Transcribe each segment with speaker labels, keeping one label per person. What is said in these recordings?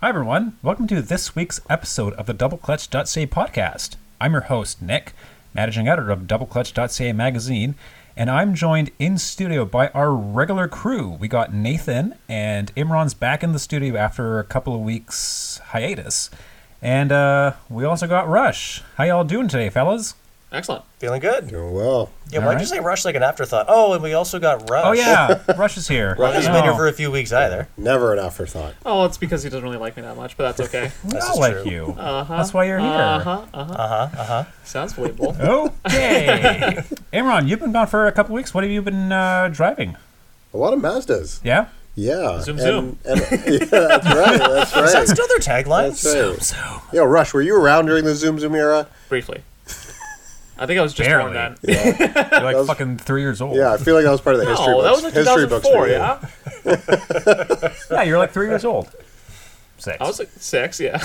Speaker 1: Hi, everyone. Welcome to this week's episode of the Double Clutch.ca podcast. I'm your host, Nick, managing editor of DoubleClutch.ca magazine, and I'm joined in studio by our regular crew. We got Nathan, and Imran's back in the studio after a couple of weeks' hiatus. And uh, we also got Rush. How y'all doing today, fellas?
Speaker 2: Excellent.
Speaker 3: Feeling good.
Speaker 4: Doing well.
Speaker 3: Yeah,
Speaker 1: All
Speaker 3: why'd
Speaker 1: right.
Speaker 3: you say Rush like an afterthought? Oh, and we also got Rush.
Speaker 1: Oh, yeah, Rush is here.
Speaker 3: Rush has
Speaker 1: I
Speaker 3: been
Speaker 1: know.
Speaker 3: here for a few weeks either.
Speaker 4: Never an afterthought.
Speaker 2: Oh, it's because he doesn't really like me that much, but that's okay.
Speaker 1: We
Speaker 3: This
Speaker 1: all
Speaker 3: is
Speaker 1: like
Speaker 3: true.
Speaker 1: you. That's why you're here.
Speaker 2: Uh-huh, uh-huh. Sounds believable.
Speaker 1: Okay. Imran, you've been gone for a couple weeks. What have you been uh, driving?
Speaker 4: A lot of Mazdas.
Speaker 1: Yeah?
Speaker 4: Yeah.
Speaker 2: Zoom,
Speaker 4: and,
Speaker 2: zoom.
Speaker 4: And, yeah, that's right. That's right.
Speaker 3: Is that still their tagline?
Speaker 4: that's right. Yo, Rush, were you around during the Zoom Zoom era?
Speaker 2: Briefly. I think I was just
Speaker 1: Barely.
Speaker 2: born then.
Speaker 1: You're like
Speaker 4: was-
Speaker 1: fucking three years old.
Speaker 4: Yeah, I feel like that was part of the history
Speaker 2: No, that
Speaker 4: books.
Speaker 2: was like
Speaker 4: history books for
Speaker 2: 2004,
Speaker 4: me.
Speaker 2: yeah?
Speaker 1: Yeah, you're like three years old. Six.
Speaker 2: I was like six, yeah.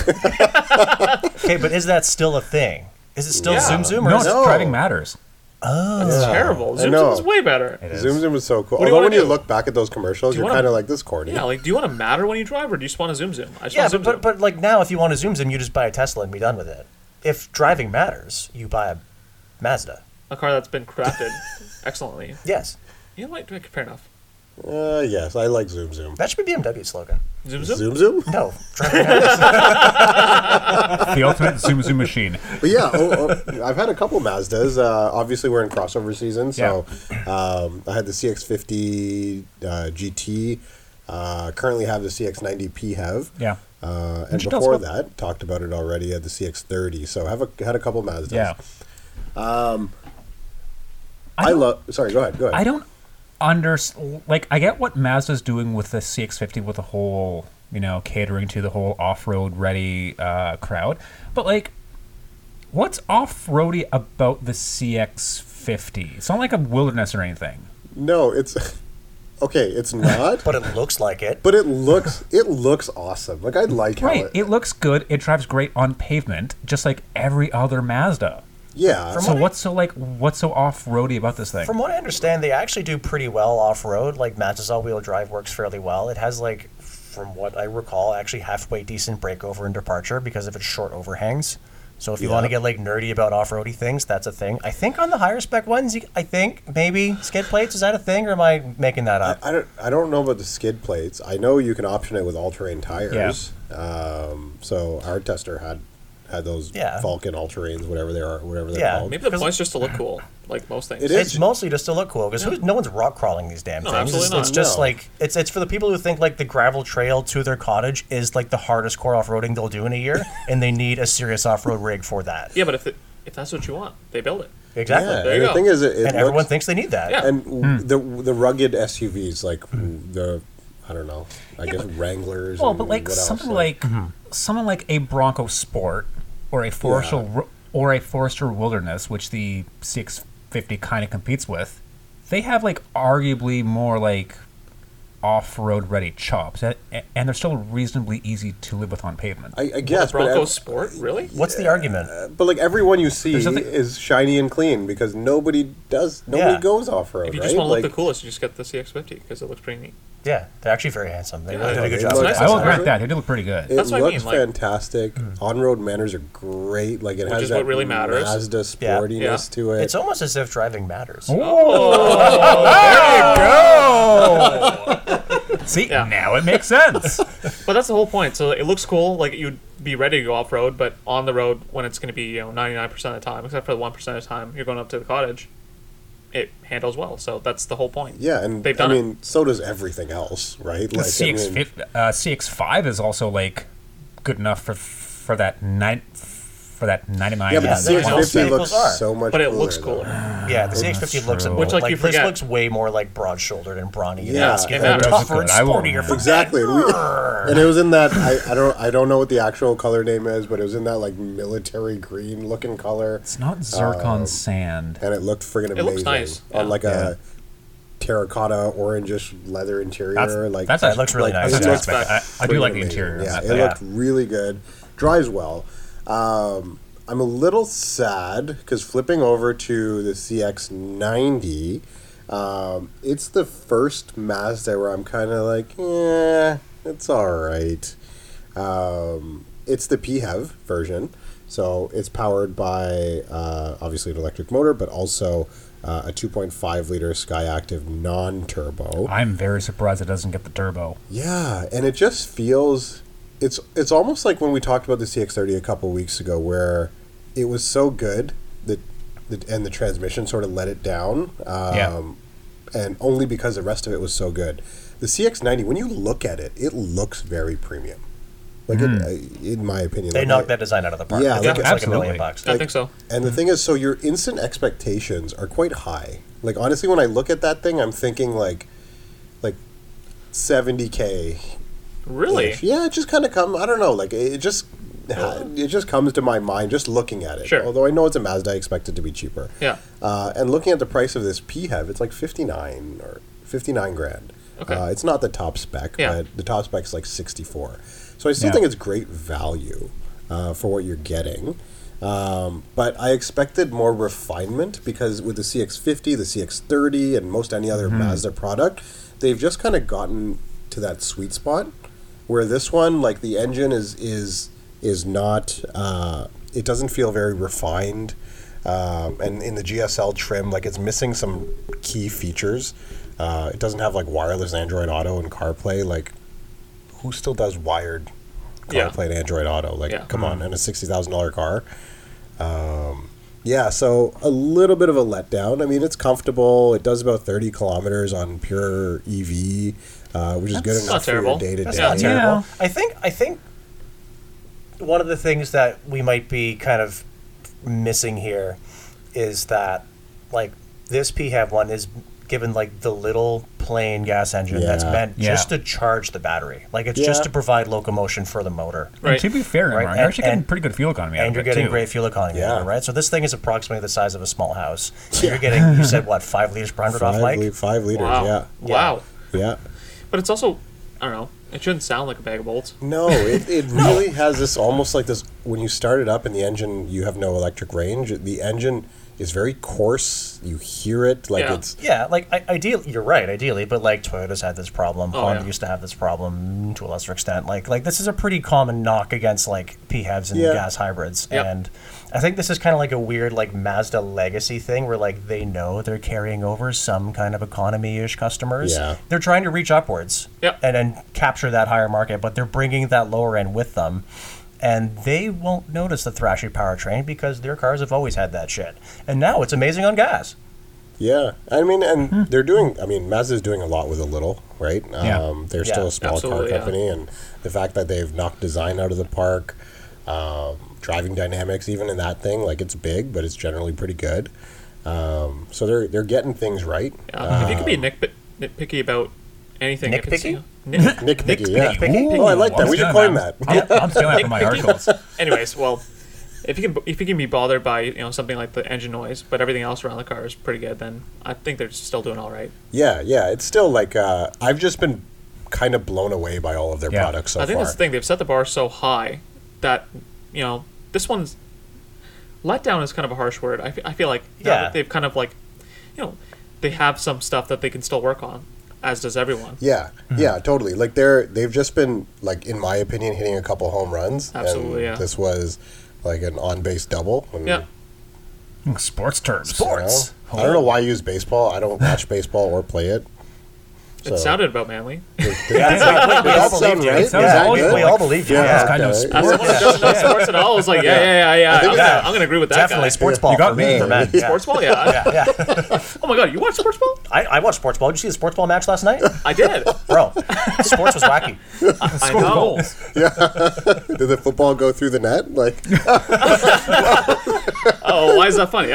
Speaker 3: Okay, but is that still a thing? Is it still
Speaker 2: Yeah.
Speaker 3: Zoom Zoom? Or
Speaker 1: no,
Speaker 3: is
Speaker 1: it's
Speaker 3: it,
Speaker 4: No.
Speaker 1: driving matters.
Speaker 2: It's terrible. Zoom Zoom
Speaker 4: know.
Speaker 2: is way better.
Speaker 1: It is.
Speaker 4: Zoom Zoom was so cool.
Speaker 2: What do you
Speaker 4: Although
Speaker 2: wanna
Speaker 4: when you
Speaker 2: do?
Speaker 4: look back at those commercials,
Speaker 2: you
Speaker 4: you are
Speaker 2: wanna-
Speaker 4: kind of like, this corny.
Speaker 2: Yeah, like, do you want to matter when you drive, or do you just want to zoom zoom? I just
Speaker 3: yeah,
Speaker 2: want zoom
Speaker 3: but, but
Speaker 2: zoom.
Speaker 3: but like now, if you want to Zoom Zoom, you just buy a Tesla and be done with it. If driving matters, you buy a Mazda.
Speaker 2: a car that's been crafted excellently.
Speaker 3: Yes,
Speaker 2: You know what? Fair enough.
Speaker 4: Uh, yes, I like Zoom Zoom.
Speaker 3: that should be BMW's slogan.
Speaker 2: Zoom zoom.
Speaker 4: Zoom Zoom?
Speaker 3: No, driving matters.
Speaker 1: the ultimate Zoom Zoom machine.
Speaker 4: But yeah, oh, oh, I've had a couple Mazdas. Uh, obviously, we're in crossover season, so um, I had the CX50 uh, GT. Uh, currently have the CX90 PHEV. have.
Speaker 1: Yeah.
Speaker 4: Uh, and
Speaker 1: Didn't you tell us
Speaker 4: before
Speaker 1: about-
Speaker 4: that, talked about it already at the CX30. So have a, had a couple Mazdas.
Speaker 1: Yeah.
Speaker 4: I, love. Sorry, go ahead. Go ahead.
Speaker 1: I don't under like I get what Mazda's doing with the CX-50 with the whole you know catering to the whole off-road ready uh, crowd, but like, what's off-roady about the CX-50? It's not like a wilderness or anything.
Speaker 4: no, it's okay. It's not.
Speaker 3: but it looks like it.
Speaker 4: but it looks it looks awesome. Like I like how
Speaker 1: Right.
Speaker 4: it.
Speaker 1: It looks good. It drives great on pavement, just like every other Mazda.
Speaker 4: yeah.
Speaker 3: From
Speaker 1: So
Speaker 3: what I-
Speaker 1: what's so like what's so off-roady about this thing?
Speaker 3: From what I understand, they actually do pretty well off road. Like Mazda's all wheel drive works fairly well. It has like, from what I recall, actually halfway decent breakover and departure because of its short overhangs. So if you want to
Speaker 4: Yeah.
Speaker 3: get like nerdy about off roady things, that's a thing. I think on the higher spec ones, you, I think maybe skid plates is that a thing, or am I making that up?
Speaker 4: I don't, I don't know about the skid plates. I know you can option it with all terrain tires. Um, so our tester had had those
Speaker 3: Yeah.
Speaker 4: Falcon all terrains, whatever they are, whatever they're
Speaker 3: Yeah,
Speaker 4: called.
Speaker 2: Maybe the point's just to look cool, like most things.
Speaker 4: It is.
Speaker 3: It's mostly just to look cool because no one's rock crawling these damn
Speaker 2: No,
Speaker 3: things.
Speaker 2: absolutely
Speaker 3: it's,
Speaker 2: not.
Speaker 3: it's just
Speaker 4: No.
Speaker 3: like it's it's for the people who think like the gravel trail to their cottage is like the hardest core off roading they'll do in a year, and they need a serious off road rig for that.
Speaker 2: Yeah, but if it, if that's what you want, they build it.
Speaker 3: Exactly.
Speaker 4: Yeah,
Speaker 2: There
Speaker 4: and
Speaker 2: you
Speaker 4: the
Speaker 2: go.
Speaker 4: thing is, it, it
Speaker 3: and
Speaker 4: looks-
Speaker 3: everyone thinks they need that.
Speaker 2: Yeah.
Speaker 4: and
Speaker 1: Hmm.
Speaker 4: the the rugged SUVs like the I don't know, I guess Wranglers.
Speaker 1: Well,
Speaker 4: and
Speaker 1: but like
Speaker 4: what else, uh,
Speaker 1: something like something like a Bronco Sport or a Forester
Speaker 4: Yeah.
Speaker 1: or a Forester Wilderness, which the 650 kind of competes with. They have like arguably more like off-road ready chops, a- a- and they're still reasonably easy to live with on pavement.
Speaker 4: I, I guess, but,
Speaker 2: Bronco
Speaker 4: ev-
Speaker 2: Sport, really?
Speaker 3: What's the argument?
Speaker 4: but like everyone you see
Speaker 1: There's nothing-
Speaker 4: is shiny and clean because nobody does nobody
Speaker 3: Yeah.
Speaker 4: goes off road.
Speaker 2: If you
Speaker 4: right?
Speaker 2: just want to
Speaker 4: like,
Speaker 2: look the coolest, you just get the CX50 because it looks pretty neat.
Speaker 3: yeah, they're actually very handsome. They
Speaker 2: Yeah,
Speaker 3: really did a good
Speaker 4: they
Speaker 3: job.
Speaker 4: look-
Speaker 2: It's
Speaker 1: I will
Speaker 2: nice.
Speaker 1: grant that they do look pretty good.
Speaker 4: It
Speaker 2: That's what I
Speaker 4: looks
Speaker 2: mean, like-
Speaker 4: fantastic.
Speaker 1: Hmm.
Speaker 4: On-road manners are great. Like it has
Speaker 2: is
Speaker 4: that
Speaker 2: what really matters.
Speaker 4: Mazda
Speaker 3: Yeah.
Speaker 4: sportiness
Speaker 2: Yeah.
Speaker 4: to it.
Speaker 3: It's almost as if driving matters.
Speaker 1: See,
Speaker 2: Yeah.
Speaker 1: now it makes sense.
Speaker 2: But that's the whole point. So it looks cool, like you'd be ready to go off road, but on the road when it's going to be you know ninety nine percent of the time, except for the one percent of the time you're going up to the cottage, it handles well. So that's the whole point.
Speaker 4: yeah, and
Speaker 2: they've
Speaker 4: I
Speaker 2: done it.
Speaker 4: mean, so does everything else, right?
Speaker 1: The
Speaker 4: Like, I
Speaker 1: CX
Speaker 4: mean,
Speaker 1: fif- uh, CX5 is also like good enough for for that nine for that 99
Speaker 4: yeah, but
Speaker 3: Yeah,
Speaker 4: the
Speaker 3: they're all
Speaker 4: CX50
Speaker 3: vehicles
Speaker 4: looks
Speaker 3: are.
Speaker 4: so much.
Speaker 2: but it looks
Speaker 4: though.
Speaker 2: cooler.
Speaker 3: Yeah, the CX-50 looks a
Speaker 1: true.
Speaker 3: bit
Speaker 2: Which, like, you
Speaker 3: like this
Speaker 2: forget.
Speaker 3: looks way more like broad-shouldered and brawny. and
Speaker 4: Yeah,
Speaker 3: asky
Speaker 4: it
Speaker 3: and
Speaker 2: matters.
Speaker 3: tougher
Speaker 1: Good,
Speaker 3: and
Speaker 1: I won't
Speaker 3: sportier.
Speaker 1: remember.
Speaker 3: For
Speaker 4: Exactly. And, we- and it was in that I, I don't I don't know what the actual color name is, but it was in that like military green looking color,
Speaker 1: It's not zircon sand.
Speaker 4: and Um, it looked friggin' amazing
Speaker 2: It looks nice,
Speaker 4: on
Speaker 2: yeah.
Speaker 4: like a terracotta orangish leather interior. like
Speaker 1: that's
Speaker 3: That looks really nice.
Speaker 1: That's
Speaker 4: It
Speaker 1: an
Speaker 4: looks
Speaker 1: aspect. I, I do
Speaker 4: friggin'
Speaker 1: like the
Speaker 4: amazing.
Speaker 1: interior.
Speaker 4: Yeah,
Speaker 1: Yeah,
Speaker 4: it
Speaker 3: Yeah.
Speaker 4: looked really good. Drives well. Um, I'm a little sad because flipping over to the CX90, um, it's the first Mazda where I'm kind of like, yeah, it's all right. Um, it's the PHEV version, so it's powered by uh, obviously an electric motor, but also uh, a 2.5 liter Skyactiv non-turbo.
Speaker 1: I'm very surprised it doesn't get the turbo.
Speaker 4: Yeah, and it just feels it's it's almost like when we talked about the CX30 a couple weeks ago, where it was so good that the, and the transmission sort of let it down. Um,
Speaker 1: Yeah.
Speaker 4: And only because the rest of it was so good. The CX90, when you look at it, it looks very premium. Like, it, uh, in my opinion,
Speaker 3: Hmm. They
Speaker 4: like,
Speaker 3: knocked
Speaker 4: I-
Speaker 3: that design out of the park.
Speaker 4: Yeah,
Speaker 3: I think
Speaker 4: yeah,
Speaker 3: it's like a
Speaker 1: absolutely.
Speaker 3: million bucks.
Speaker 2: I
Speaker 4: Like-
Speaker 2: think so.
Speaker 4: and the thing is, so your instant expectations are quite high. Like honestly, when I look at that thing, I'm thinking like, like, seventy k.
Speaker 2: Really?
Speaker 4: Yeah, it just kind of come. I don't know. Like it it just, it just comes to my mind just looking at it.
Speaker 2: Sure.
Speaker 4: Although I know it's a Mazda, I expect it to be cheaper.
Speaker 2: Yeah.
Speaker 4: Uh, and looking at the price of this PHEV, it's like fifty nine or fifty nine grand.
Speaker 2: Okay.
Speaker 4: Uh, it's not the top spec,
Speaker 2: Yeah.
Speaker 4: but the top spec's like sixty four. So I still
Speaker 1: Yeah.
Speaker 4: think it's great value uh, for what you're getting. Um, but I expected more refinement because with the CX50, the CX30, and most any other Mazda product, they've just kind of gotten to that sweet spot where this one, like the engine is is is not, uh, it doesn't feel very refined. Um, and in the GSL trim, like it's missing some key features. Uh, it doesn't have like wireless Android Auto and CarPlay. Like, who still does wired CarPlay
Speaker 2: Yeah.
Speaker 4: and Android Auto? Like,
Speaker 2: Yeah.
Speaker 4: come on, and a sixty thousand dollar car. Um, yeah, so a little bit of a letdown. I mean, it's comfortable. It does about thirty kilometers on pure EV, uh, which is good
Speaker 2: That's not
Speaker 4: enough for your
Speaker 2: terrible.
Speaker 4: day to
Speaker 3: That's
Speaker 4: day.
Speaker 3: not
Speaker 1: Yeah.
Speaker 3: terrible. I think I think one of the things that we might be kind of missing here is that like this PHEV one is given like the little plain gas engine that's
Speaker 4: Yeah.
Speaker 3: meant
Speaker 1: Yeah.
Speaker 3: just to charge the battery. Like it's
Speaker 4: Yeah.
Speaker 3: just to provide locomotion for the motor.
Speaker 1: And
Speaker 2: Right.
Speaker 1: to be fair,
Speaker 3: Right,
Speaker 1: Imran, you're
Speaker 3: and-
Speaker 1: actually getting
Speaker 3: and-
Speaker 1: pretty good fuel economy out
Speaker 3: And
Speaker 1: of
Speaker 3: you're
Speaker 1: it,
Speaker 3: getting
Speaker 1: too.
Speaker 3: great fuel economy,
Speaker 4: Yeah.
Speaker 3: yeah. right? So this thing is approximately the size of a small house. So you're getting, you said what, five liters per hundred off,
Speaker 4: Five,
Speaker 3: Mike?
Speaker 4: li- five liters,
Speaker 2: Wow.
Speaker 4: yeah,
Speaker 2: Wow.
Speaker 4: yeah.
Speaker 2: But it's also, I don't know. It shouldn't sound like a bag of bolts.
Speaker 4: No, it, it really has this almost like this when you start it up and the engine you have no electric range. The engine is very coarse. You hear it like
Speaker 2: Yeah.
Speaker 4: it's
Speaker 3: Yeah, like I, ideally, you're right, ideally, but like Toyota's had this problem,
Speaker 2: Oh,
Speaker 3: Honda
Speaker 2: yeah.
Speaker 3: used to have this problem to a lesser extent. Like, like this is a pretty common knock against like PHEVs and
Speaker 4: Yeah.
Speaker 3: gas hybrids,
Speaker 2: Yep.
Speaker 3: and I think this is kind of like a weird like Mazda legacy thing where like they know they're carrying over some kind of economy-ish customers.
Speaker 4: Yeah.
Speaker 3: they're trying to reach upwards,
Speaker 2: Yep.
Speaker 3: and then capture that higher market, but they're bringing that lower end with them. And they won't notice the thrashy powertrain because their cars have always had that shit. And now it's amazing on gas.
Speaker 4: yeah. I mean, and they're doing. I mean, Mazda's doing a lot with a little, right?
Speaker 1: Yeah.
Speaker 4: Um, they're
Speaker 3: Yeah.
Speaker 4: still a small car
Speaker 2: Absolutely, yeah.
Speaker 4: company, and the fact that they've knocked design out of the park, um, driving dynamics, even in that thing, like it's big, but it's generally pretty good. Um, so they're they're getting things right.
Speaker 2: Yeah. if you could be
Speaker 4: Uh,
Speaker 2: nitpick, nitpicky about anything, if it's,
Speaker 3: Nitpicky?
Speaker 2: you know, nit-
Speaker 4: Nick Picky, yeah.
Speaker 3: Picky?
Speaker 4: Oh, I like that.
Speaker 1: I'm
Speaker 4: We should
Speaker 1: stealing
Speaker 4: coin that.
Speaker 1: I'm, I'm stealing that from my articles.
Speaker 2: Anyways, well, if you can if you can be bothered by you know something like the engine noise, but everything else around the car is pretty good, then I think they're still doing all right.
Speaker 4: Yeah, yeah. It's still like uh, I've just been kind of blown away by all of their
Speaker 1: Yeah.
Speaker 4: products so
Speaker 2: I think
Speaker 4: far.
Speaker 2: that's the thing. They've set the bar so high that you know this one's letdown is kind of a harsh word. I fe- I feel like now
Speaker 3: Yeah.
Speaker 2: that they've kind of like you know they have some stuff that they can still work on, as does everyone.
Speaker 4: Yeah,
Speaker 2: Mm-hmm.
Speaker 4: yeah, totally. Like they're they've just been like in my opinion hitting a couple home runs. and
Speaker 2: Absolutely, yeah.
Speaker 4: This was like an on base double. and,
Speaker 2: Yeah.
Speaker 1: Mm, Sports terms.
Speaker 4: you know,
Speaker 3: Sports.
Speaker 4: I don't know why I use baseball. I don't watch baseball or play it. So-
Speaker 2: It sounded about manly.
Speaker 3: Yeah, we, we all
Speaker 4: That sound
Speaker 3: believed you.
Speaker 4: right? Is
Speaker 1: sounds
Speaker 4: that
Speaker 1: always
Speaker 4: good?
Speaker 3: We all believed you.
Speaker 4: Yeah.
Speaker 3: Yeah.
Speaker 1: kind of
Speaker 4: Okay.
Speaker 1: sports.
Speaker 2: As someone that doesn't know sports at all, I was like, yeah, yeah, yeah, yeah. I'm, gonna, I'm gonna agree with that
Speaker 3: Definitely
Speaker 2: guy.
Speaker 3: sports ball.
Speaker 1: You got
Speaker 3: for
Speaker 1: me.
Speaker 3: for men, yeah.
Speaker 2: Sports ball, yeah. I-
Speaker 3: Yeah, yeah.
Speaker 2: Oh my god, you watch sports ball?
Speaker 3: I, I watched sports ball. Did you see the sports ball match last night,
Speaker 2: I did.
Speaker 3: bro? Sports was wacky.
Speaker 2: I know.
Speaker 4: Did the football go through the net? Like
Speaker 2: Oh, why is that funny?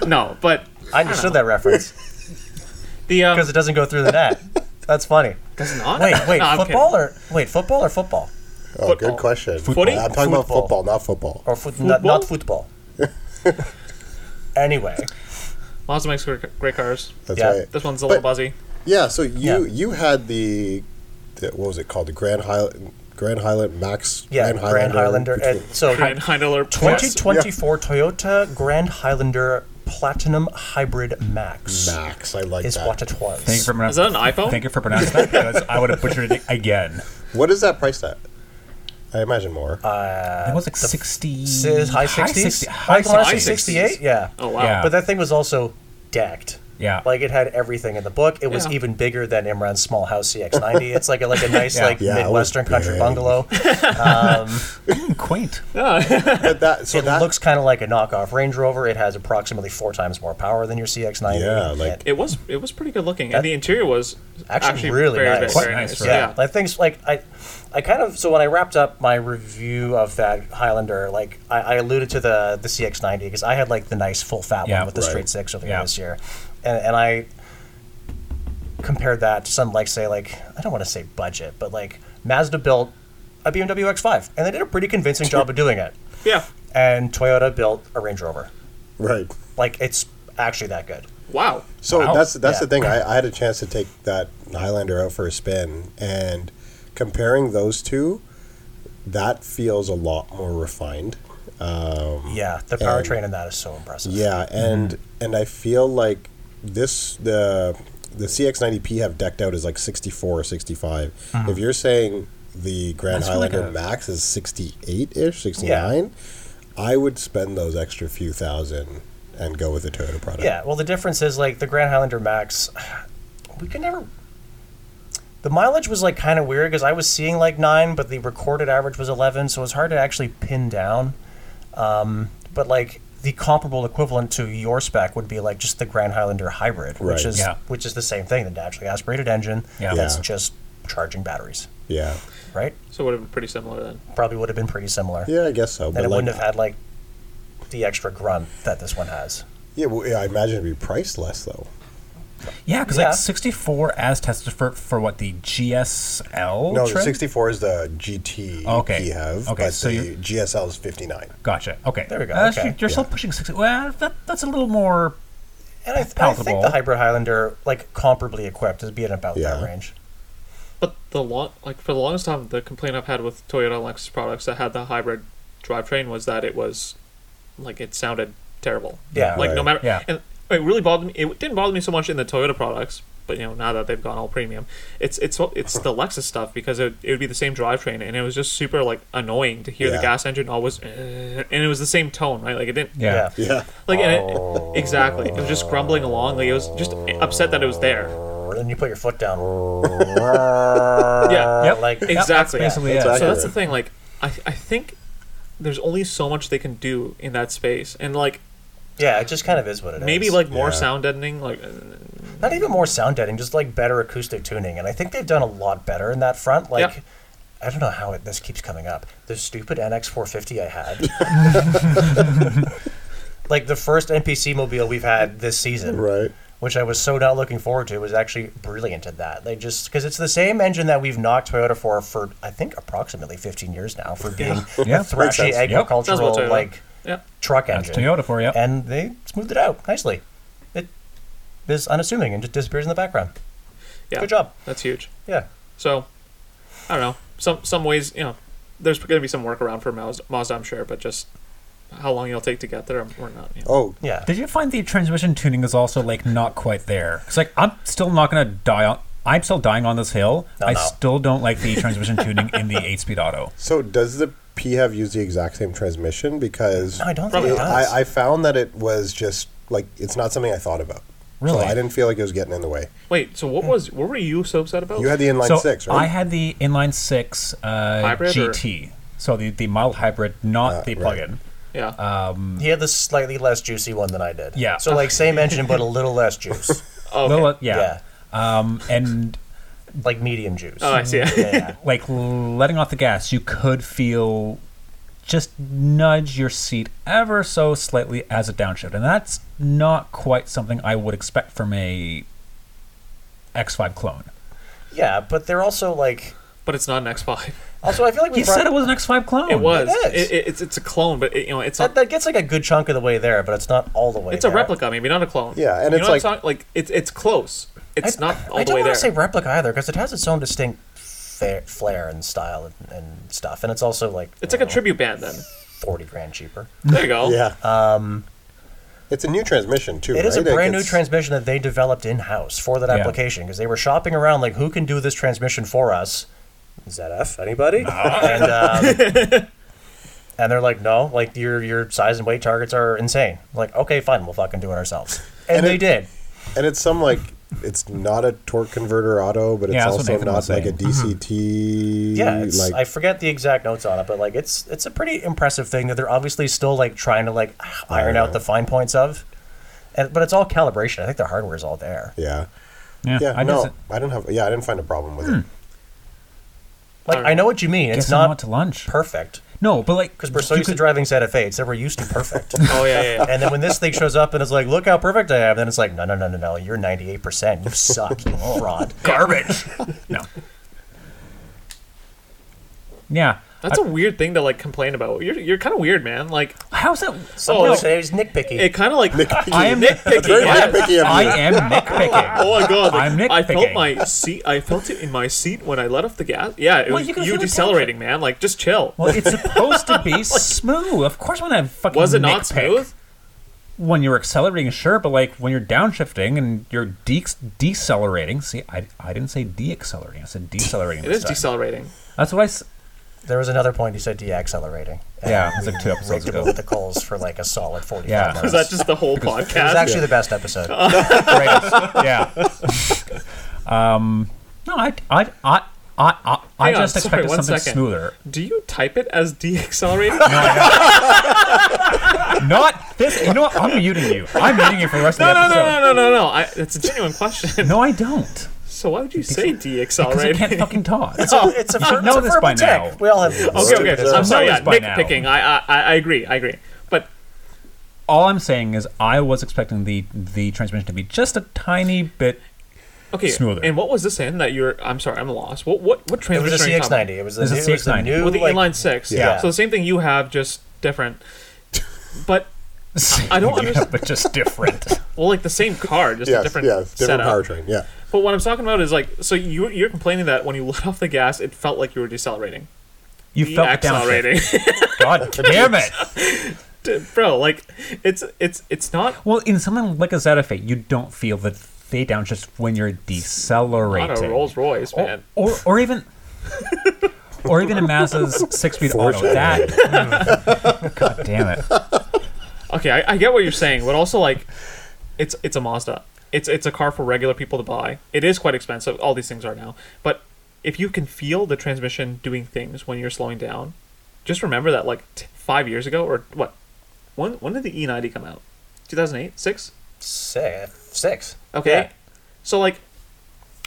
Speaker 2: no, but
Speaker 3: I understood that reference
Speaker 2: the um,
Speaker 3: because it doesn't go through the net. That's funny.
Speaker 2: does not.
Speaker 3: Wait, wait,
Speaker 2: No, I'm
Speaker 3: football or wait, football or football
Speaker 4: oh,
Speaker 2: Football.
Speaker 4: good question.
Speaker 2: Footy?
Speaker 4: I'm talking about
Speaker 3: Football. Oh,
Speaker 4: football, not football.
Speaker 3: or foot, Not,
Speaker 2: Football?
Speaker 3: not football. anyway,
Speaker 2: kidding. Mazda makes great great cars.
Speaker 4: That's
Speaker 3: Yeah.
Speaker 4: right.
Speaker 2: This one's a little
Speaker 4: But-
Speaker 2: buzzy.
Speaker 4: Yeah, so you
Speaker 3: Yeah.
Speaker 4: you had the, the what was it called? The Grand Highland Grand Highland Max
Speaker 3: yeah, Grand, Highlander.
Speaker 4: between-
Speaker 3: and so
Speaker 2: Grand Highlander. Yes.
Speaker 3: 2024 Toyota Grand Highlander Platinum Hybrid Max.
Speaker 4: Max, I like
Speaker 3: is
Speaker 4: that.
Speaker 3: what it was.
Speaker 1: Thank you for
Speaker 2: Is that an
Speaker 1: pronouncing.
Speaker 2: iPhone?
Speaker 1: Thank you for pronouncing that because I would have butchered it again.
Speaker 4: What is that price at? I imagine more.
Speaker 3: Uh,
Speaker 1: It was like sixty.
Speaker 3: Says high sixties, high,
Speaker 1: high
Speaker 2: High
Speaker 1: 60s.
Speaker 3: sixty-eight. Yeah.
Speaker 2: Oh wow.
Speaker 1: Yeah.
Speaker 3: But that thing was also decked.
Speaker 1: Yeah.
Speaker 3: Like it had everything in the book. It was
Speaker 2: Yeah.
Speaker 3: even bigger than Imran's small house CX90. it's like a, like a nice
Speaker 2: Yeah.
Speaker 3: like
Speaker 4: Yeah, it was
Speaker 3: midwestern country
Speaker 4: big.
Speaker 3: bungalow.
Speaker 1: Mm, quaint.
Speaker 4: but that so
Speaker 3: it
Speaker 4: that
Speaker 3: looks kind of like a knockoff Range Rover. It has approximately four times more power than your CX90.
Speaker 4: Yeah, like-
Speaker 2: It was it was pretty good looking, and the interior was
Speaker 3: actually, really
Speaker 2: very,
Speaker 3: nice.
Speaker 2: very,
Speaker 1: Quite
Speaker 2: very
Speaker 1: nice,
Speaker 2: nice.
Speaker 1: right?
Speaker 3: yeah,
Speaker 2: Yeah.
Speaker 3: like things like I, I kind of so when I wrapped up my review of that Highlander, like I, I alluded to the the CX90 because I had like the nice full fat
Speaker 1: Yeah,
Speaker 3: one with the
Speaker 4: right.
Speaker 3: straight six earlier
Speaker 1: Yeah.
Speaker 3: this year, and and I compared that to some like say like I don't want to say budget, but like Mazda built a BMW X5, and they did a pretty convincing job of doing it,
Speaker 2: Yeah.
Speaker 3: and Toyota built a Range Rover.
Speaker 4: right.
Speaker 3: Like it's actually that good.
Speaker 2: Wow.
Speaker 4: So
Speaker 1: Wow.
Speaker 4: that's that's
Speaker 3: Yeah.
Speaker 4: the thing. I, I had a chance to take that Highlander out for a spin, and comparing those two, that feels a lot more refined. Um,
Speaker 3: Yeah, the powertrain in that is so impressive.
Speaker 4: yeah,
Speaker 1: Mm-hmm.
Speaker 4: and and I feel like this the the CX90P have decked out is like 64 or 65. If you're saying the Grand
Speaker 1: Mm-hmm. That's really
Speaker 4: Highlander
Speaker 1: good.
Speaker 4: Max is 68 ish, 69, I would spend those extra few thousand and go with the Toyota product.
Speaker 3: Yeah, well, the difference is like the Grand Highlander Max, we could never. The mileage was like kind of weird because I was seeing like nine, but the recorded average was 11, so it was hard to actually pin down. Um, but like the comparable equivalent to your spec would be like just the Grand Highlander hybrid, which
Speaker 4: Right.
Speaker 3: is
Speaker 1: Yeah.
Speaker 3: which is the same thing, the naturally aspirated engine.
Speaker 1: Yeah.
Speaker 3: that's
Speaker 4: Yeah.
Speaker 3: just charging batteries,
Speaker 4: Yeah.
Speaker 3: right?
Speaker 2: So it would have been pretty similar then.
Speaker 3: Probably would have been pretty similar.
Speaker 4: Yeah, I guess so.
Speaker 3: and it wouldn't have had like the extra grunt that this one has.
Speaker 4: Yeah, well, yeah, I imagine it'd be priced less though.
Speaker 1: Yeah, because
Speaker 3: Yeah.
Speaker 1: like sixty-four as tested for for what the GSL.
Speaker 4: No, the
Speaker 1: trim?
Speaker 4: 64 is the GT
Speaker 1: Oh, Okay.
Speaker 4: you have,
Speaker 1: Okay,
Speaker 4: but
Speaker 1: so
Speaker 4: the
Speaker 1: you're-
Speaker 4: GSL is 59.
Speaker 1: Gotcha. Okay.
Speaker 3: There we go,
Speaker 1: That's-
Speaker 3: okay.
Speaker 1: You're, still pushing sixty. Well, that, that's a little more.
Speaker 3: And I, th- I
Speaker 1: Palatable.
Speaker 3: think the Hybrid Highlander, like comparably equipped, is being about that
Speaker 4: Yeah.
Speaker 3: range.
Speaker 2: But the long, like for the longest time, the complaint I've had with Toyota and Lexus products that had the hybrid drivetrain was that it was, like, it sounded terrible.
Speaker 3: Yeah.
Speaker 2: Like no
Speaker 4: Right.
Speaker 2: matter.
Speaker 1: Yeah.
Speaker 2: And it really bothered me. It didn't bother me so much in the Toyota products, but you know now that they've gone all premium, it's it's it's the Lexus stuff because it, it would be the same drivetrain and it was just super like annoying to hear the
Speaker 4: Yeah.
Speaker 2: gas engine always, eh, and it was the same tone, right? Like it didn't.
Speaker 1: Yeah.
Speaker 3: Yeah.
Speaker 4: Yeah.
Speaker 2: Like and
Speaker 4: Oh.
Speaker 2: it, exactly, it was just grumbling along. Like it was just upset that it was there.
Speaker 3: And then you put your foot down.
Speaker 2: Yeah.
Speaker 1: Yep.
Speaker 3: Like-
Speaker 1: Yep,
Speaker 2: Exactly.
Speaker 1: That's basically
Speaker 4: That's
Speaker 1: it.
Speaker 4: accurate.
Speaker 2: So that's the thing. Like, I, I think there's only so much they can do in that space, and like
Speaker 3: Yeah, it just kind of is what it is.
Speaker 2: maybe like more
Speaker 4: Yeah.
Speaker 2: sound deadening. Like, uh,
Speaker 3: not even more sound deadening, just like better acoustic tuning. And I think they've done a lot better in that front. Like,
Speaker 2: Yeah.
Speaker 3: I don't know how it, this keeps coming up. The stupid NX450 I had. like the first NPC mobile we've had this season.
Speaker 4: Right.
Speaker 3: which I was so not looking forward to, was actually brilliant at that. They just because it's the same engine that we've knocked Toyota for for I think approximately 15 years now for being
Speaker 1: Yeah.
Speaker 3: a thrashy
Speaker 4: Makes sense.
Speaker 2: sounds
Speaker 3: agricultural
Speaker 2: about Toyota.
Speaker 3: like
Speaker 2: yeah,
Speaker 3: truck
Speaker 1: That's
Speaker 3: engine,
Speaker 1: Toyota for you.
Speaker 3: and they smoothed it out nicely. It is unassuming and just disappears in the background.
Speaker 2: yeah.
Speaker 3: Good job.
Speaker 2: That's huge.
Speaker 3: Yeah,
Speaker 2: So I don't know. Some some ways, you know, there's going to be some workaround for Mazda, Mazda, I'm sure, but just how long it'll take to get there, we're not. You know.
Speaker 4: Oh,
Speaker 3: yeah.
Speaker 1: Did you find the transmission tuning is also like not quite there? It's like I'm still not gonna die on. I'm still dying on this hill.
Speaker 3: No,
Speaker 1: I
Speaker 3: no.
Speaker 1: still don't like the transmission tuning in the eight-speed auto.
Speaker 4: so does the P have used the exact same transmission? Because
Speaker 3: No, I don't think it
Speaker 4: it-
Speaker 3: does.
Speaker 4: I, I found that it was just like, it's not something I thought about.
Speaker 1: Really?
Speaker 4: So I didn't feel like it was getting in the way.
Speaker 2: Wait, so what was what were you so upset about?
Speaker 4: You had the inline
Speaker 1: so
Speaker 4: six,
Speaker 1: I
Speaker 4: right?
Speaker 1: had the inline six uh,
Speaker 2: Hybrid or-
Speaker 1: GT, so the the mild hybrid, not
Speaker 3: Uh,
Speaker 4: Ah,
Speaker 1: the
Speaker 4: right.
Speaker 1: plug-in.
Speaker 2: yeah,
Speaker 3: He had the slightly less juicy one than I did.
Speaker 1: Yeah.
Speaker 3: So like same engine but a little less juice,
Speaker 2: Oh, Okay.
Speaker 1: Little- uh, yeah.
Speaker 3: Yeah.
Speaker 1: Um, and
Speaker 3: like medium juice.
Speaker 2: Oh, I see.
Speaker 3: yeah.
Speaker 1: like letting off the gas, you could feel just nudge your seat ever so slightly as a downshift, and that's not quite something I would expect from a X5 clone.
Speaker 3: Yeah, but they're also like.
Speaker 2: but it's not an X5.
Speaker 3: Also, I feel like we
Speaker 1: He
Speaker 3: brought-
Speaker 1: said it was an X5 clone.
Speaker 2: It was.
Speaker 3: it is.
Speaker 2: It, it, it's it's a clone, but it, you know, it's not
Speaker 3: that, that gets like a good chunk of the way there, but it's not all the way.
Speaker 2: It's a
Speaker 3: there.
Speaker 2: replica, maybe not a clone.
Speaker 4: uh, Yeah, and
Speaker 2: You know what
Speaker 4: it's
Speaker 2: I'm
Speaker 4: like-
Speaker 2: talking- like it's it's close. It's
Speaker 3: I,
Speaker 2: not all
Speaker 3: I
Speaker 2: the
Speaker 3: don't
Speaker 2: way
Speaker 3: want
Speaker 2: there.
Speaker 3: to say replica either because it has its own distinct fa- flair and style and, and stuff, and it's also like
Speaker 2: it's
Speaker 3: you
Speaker 2: like a
Speaker 3: know,
Speaker 2: tribute band then.
Speaker 3: forty grand cheaper.
Speaker 2: There you go.
Speaker 4: Yeah. It's a new transmission too.
Speaker 3: It is
Speaker 4: right?
Speaker 3: a
Speaker 4: Like,
Speaker 3: brand new
Speaker 4: it's-
Speaker 3: transmission that they developed in house for that
Speaker 1: Yeah.
Speaker 3: application because they were shopping around like, who can do this transmission for us? ZF, anybody? and um, and they're like, no, like your your size and weight targets are insane. Like, okay, fine, we'll fucking do it ourselves. And,
Speaker 4: And
Speaker 3: they
Speaker 4: it-
Speaker 3: did.
Speaker 4: and it's some like it's not a torque converter auto, but it's
Speaker 1: Yeah, that's what
Speaker 4: also
Speaker 1: Nathan
Speaker 4: not
Speaker 1: was
Speaker 4: like a
Speaker 1: saying.
Speaker 4: DCT.
Speaker 3: Yeah, it's,
Speaker 4: like
Speaker 3: I forget the exact notes on it, but like it's it's a pretty impressive thing that they're obviously still like trying to like iron out the fine points of. And, but it's all calibration. I think the hardware is all there.
Speaker 4: yeah,
Speaker 1: Yeah,
Speaker 4: yeah.
Speaker 1: I
Speaker 4: no,
Speaker 1: just
Speaker 4: I don't have. Yeah, I didn't find a problem with it.
Speaker 3: Like
Speaker 2: Alright.
Speaker 3: I know what you mean. It's
Speaker 1: guess I'm out
Speaker 3: not
Speaker 1: to lunch.
Speaker 3: perfect
Speaker 1: no, but like
Speaker 3: because we're so
Speaker 1: you
Speaker 3: used to
Speaker 1: could-
Speaker 3: driving Santa Fe. It's never used to perfect.
Speaker 2: Oh yeah, yeah. yeah.
Speaker 3: and then when this thing shows up and it's like, look how perfect I am, then it's like, no, no, no, no, no. You're 98. percent You suck. You fraud.
Speaker 2: Oh,
Speaker 1: garbage. no. Yeah.
Speaker 2: That's a weird thing to like complain about. You're you're kind of weird, man. Like
Speaker 1: How's that?
Speaker 2: Oh,
Speaker 3: Oh,
Speaker 2: no.
Speaker 3: no. say it's nitpicky.
Speaker 2: it kind of like
Speaker 1: I am
Speaker 2: nitpicking.
Speaker 4: Very
Speaker 2: yes.
Speaker 4: picky of
Speaker 1: I
Speaker 4: you.
Speaker 1: am nitpicking.
Speaker 2: Oh my god! Like,
Speaker 1: I'm
Speaker 2: I felt
Speaker 1: nitpicking.
Speaker 2: my seat. I felt it in my seat when I let off the gas. Yeah, it
Speaker 1: Well,
Speaker 2: was,
Speaker 1: you
Speaker 2: you,
Speaker 1: can
Speaker 2: were
Speaker 1: feel it
Speaker 2: decelerating, man. Like just chill.
Speaker 1: Well, it's supposed to be smooth. Of course, when I fucking
Speaker 2: Was it not
Speaker 1: nitpick.
Speaker 2: smooth?
Speaker 1: when you're accelerating, sure, but like when you're downshifting and you're de- decelerating. See, I, I didn't say deaccelerating. I said decelerating.
Speaker 2: It
Speaker 1: this
Speaker 2: is
Speaker 1: time.
Speaker 2: decelerating.
Speaker 1: That's what I. S-
Speaker 3: there was another point you said deaccelerating.
Speaker 1: yeah, it was like two episodes
Speaker 3: Rigged it
Speaker 1: ago.
Speaker 3: with the coals for like a solid 45
Speaker 1: Yeah.
Speaker 3: minutes.
Speaker 2: Is that just the whole
Speaker 3: It was
Speaker 2: podcast?
Speaker 3: actually the best episode.
Speaker 1: Greatest. Yeah. um. No, I I I I I, I
Speaker 2: Hang on,
Speaker 1: just
Speaker 2: sorry,
Speaker 1: expected
Speaker 2: one
Speaker 1: something
Speaker 2: second.
Speaker 1: smoother.
Speaker 2: Do you type it as deaccelerating?
Speaker 1: Not this. You know what? I'm muting you. I'm muting you for the rest
Speaker 2: No,
Speaker 1: of the
Speaker 2: no,
Speaker 1: episode.
Speaker 2: no, no, no, no, no. I, it's a genuine question.
Speaker 1: No, I don't.
Speaker 2: So why would you say
Speaker 1: Because I can't
Speaker 2: deaccelerating?
Speaker 1: fucking talk.
Speaker 3: It's a
Speaker 1: should
Speaker 3: it's
Speaker 1: Oh. know
Speaker 3: a
Speaker 1: this
Speaker 3: verbal
Speaker 1: by
Speaker 3: tick.
Speaker 1: now.
Speaker 3: We all have.
Speaker 2: Okay, okay.
Speaker 4: Stupid.
Speaker 2: I'm sorry.
Speaker 1: Know
Speaker 2: Yeah,
Speaker 1: this by now.
Speaker 2: nitpicking. I, I, I I agree. I agree. But
Speaker 1: All I'm saying is I was expecting the the transmission to be just a tiny bit.
Speaker 2: okay.
Speaker 1: Smoother.
Speaker 2: And what was this in that you're? I'm sorry. I'm lost. What what what
Speaker 3: It was
Speaker 2: transmission?
Speaker 3: a
Speaker 2: are you talking about?
Speaker 3: CX90. It was the,
Speaker 1: It's a
Speaker 3: new- it was the
Speaker 1: CX90.
Speaker 3: new
Speaker 2: Well, the
Speaker 3: like,
Speaker 2: inline six.
Speaker 3: Yeah.
Speaker 2: So the same thing you have, just different. But I don't understand-
Speaker 1: but just different.
Speaker 2: well, like the same car, just a
Speaker 4: Yes,
Speaker 2: different,
Speaker 4: yes, different
Speaker 2: setup.
Speaker 4: powertrain. Yeah,
Speaker 2: But what I'm talking about is like, so you you're complaining that when you let off the gas, it felt like you were decelerating,
Speaker 1: You felt the downshift.
Speaker 2: deaccelerating,
Speaker 1: God damn it!
Speaker 2: bro. Like, it's it's it's not
Speaker 1: Well, in something like a Zeta Fate, you don't feel the they downshift when you're decelerating.
Speaker 2: not a Rolls Royce,
Speaker 1: or,
Speaker 2: man.
Speaker 1: or, or even or even a Mazda's six speed auto. That mm, God damn it.
Speaker 2: Okay, I, I get what you're saying, but also like, it's it's a Mazda. It's it's a car for regular people to buy. It is quite expensive. All these things are now. But if you can feel the transmission doing things when you're slowing down, just remember that like t- five years ago or what? When when did the E90 come out? 2008, six.
Speaker 3: six. six.
Speaker 2: Okay.
Speaker 3: Yeah.
Speaker 2: So like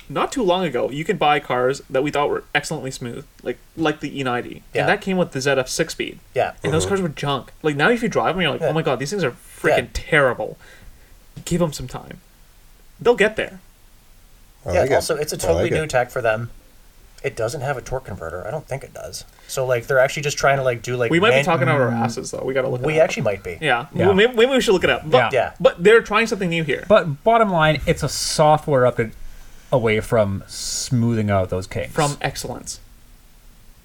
Speaker 2: not too long ago, you could buy cars that we thought were excellently smooth, like like the E90.
Speaker 3: Yeah.
Speaker 2: And that came with the ZF 6-speed.
Speaker 3: Yeah.
Speaker 2: And those cars were junk. Like now if you drive them you're like,
Speaker 3: Uh-huh. Yeah.
Speaker 2: "Oh my god, these things are freaking
Speaker 3: Yeah.
Speaker 2: terrible." Give them some time. They'll get there.
Speaker 4: I
Speaker 3: yeah.
Speaker 4: like it.
Speaker 3: also, it's a
Speaker 4: Oh, I
Speaker 3: totally
Speaker 4: like
Speaker 3: new
Speaker 4: it.
Speaker 3: tech for them. It doesn't have a torque converter. I don't think it does. So like they're actually just trying to like do like
Speaker 2: We might
Speaker 3: man- mm,
Speaker 2: be talking out our asses though. We got to look
Speaker 3: We
Speaker 2: it up.
Speaker 3: actually might be.
Speaker 2: Yeah.
Speaker 1: Yeah.
Speaker 2: Well, maybe, maybe we should look it up. But,
Speaker 1: Yeah.
Speaker 3: Yeah.
Speaker 2: But they're trying something new here.
Speaker 1: But bottom line, it's a software upgrade away from smoothing out those kinks.
Speaker 2: from excellence.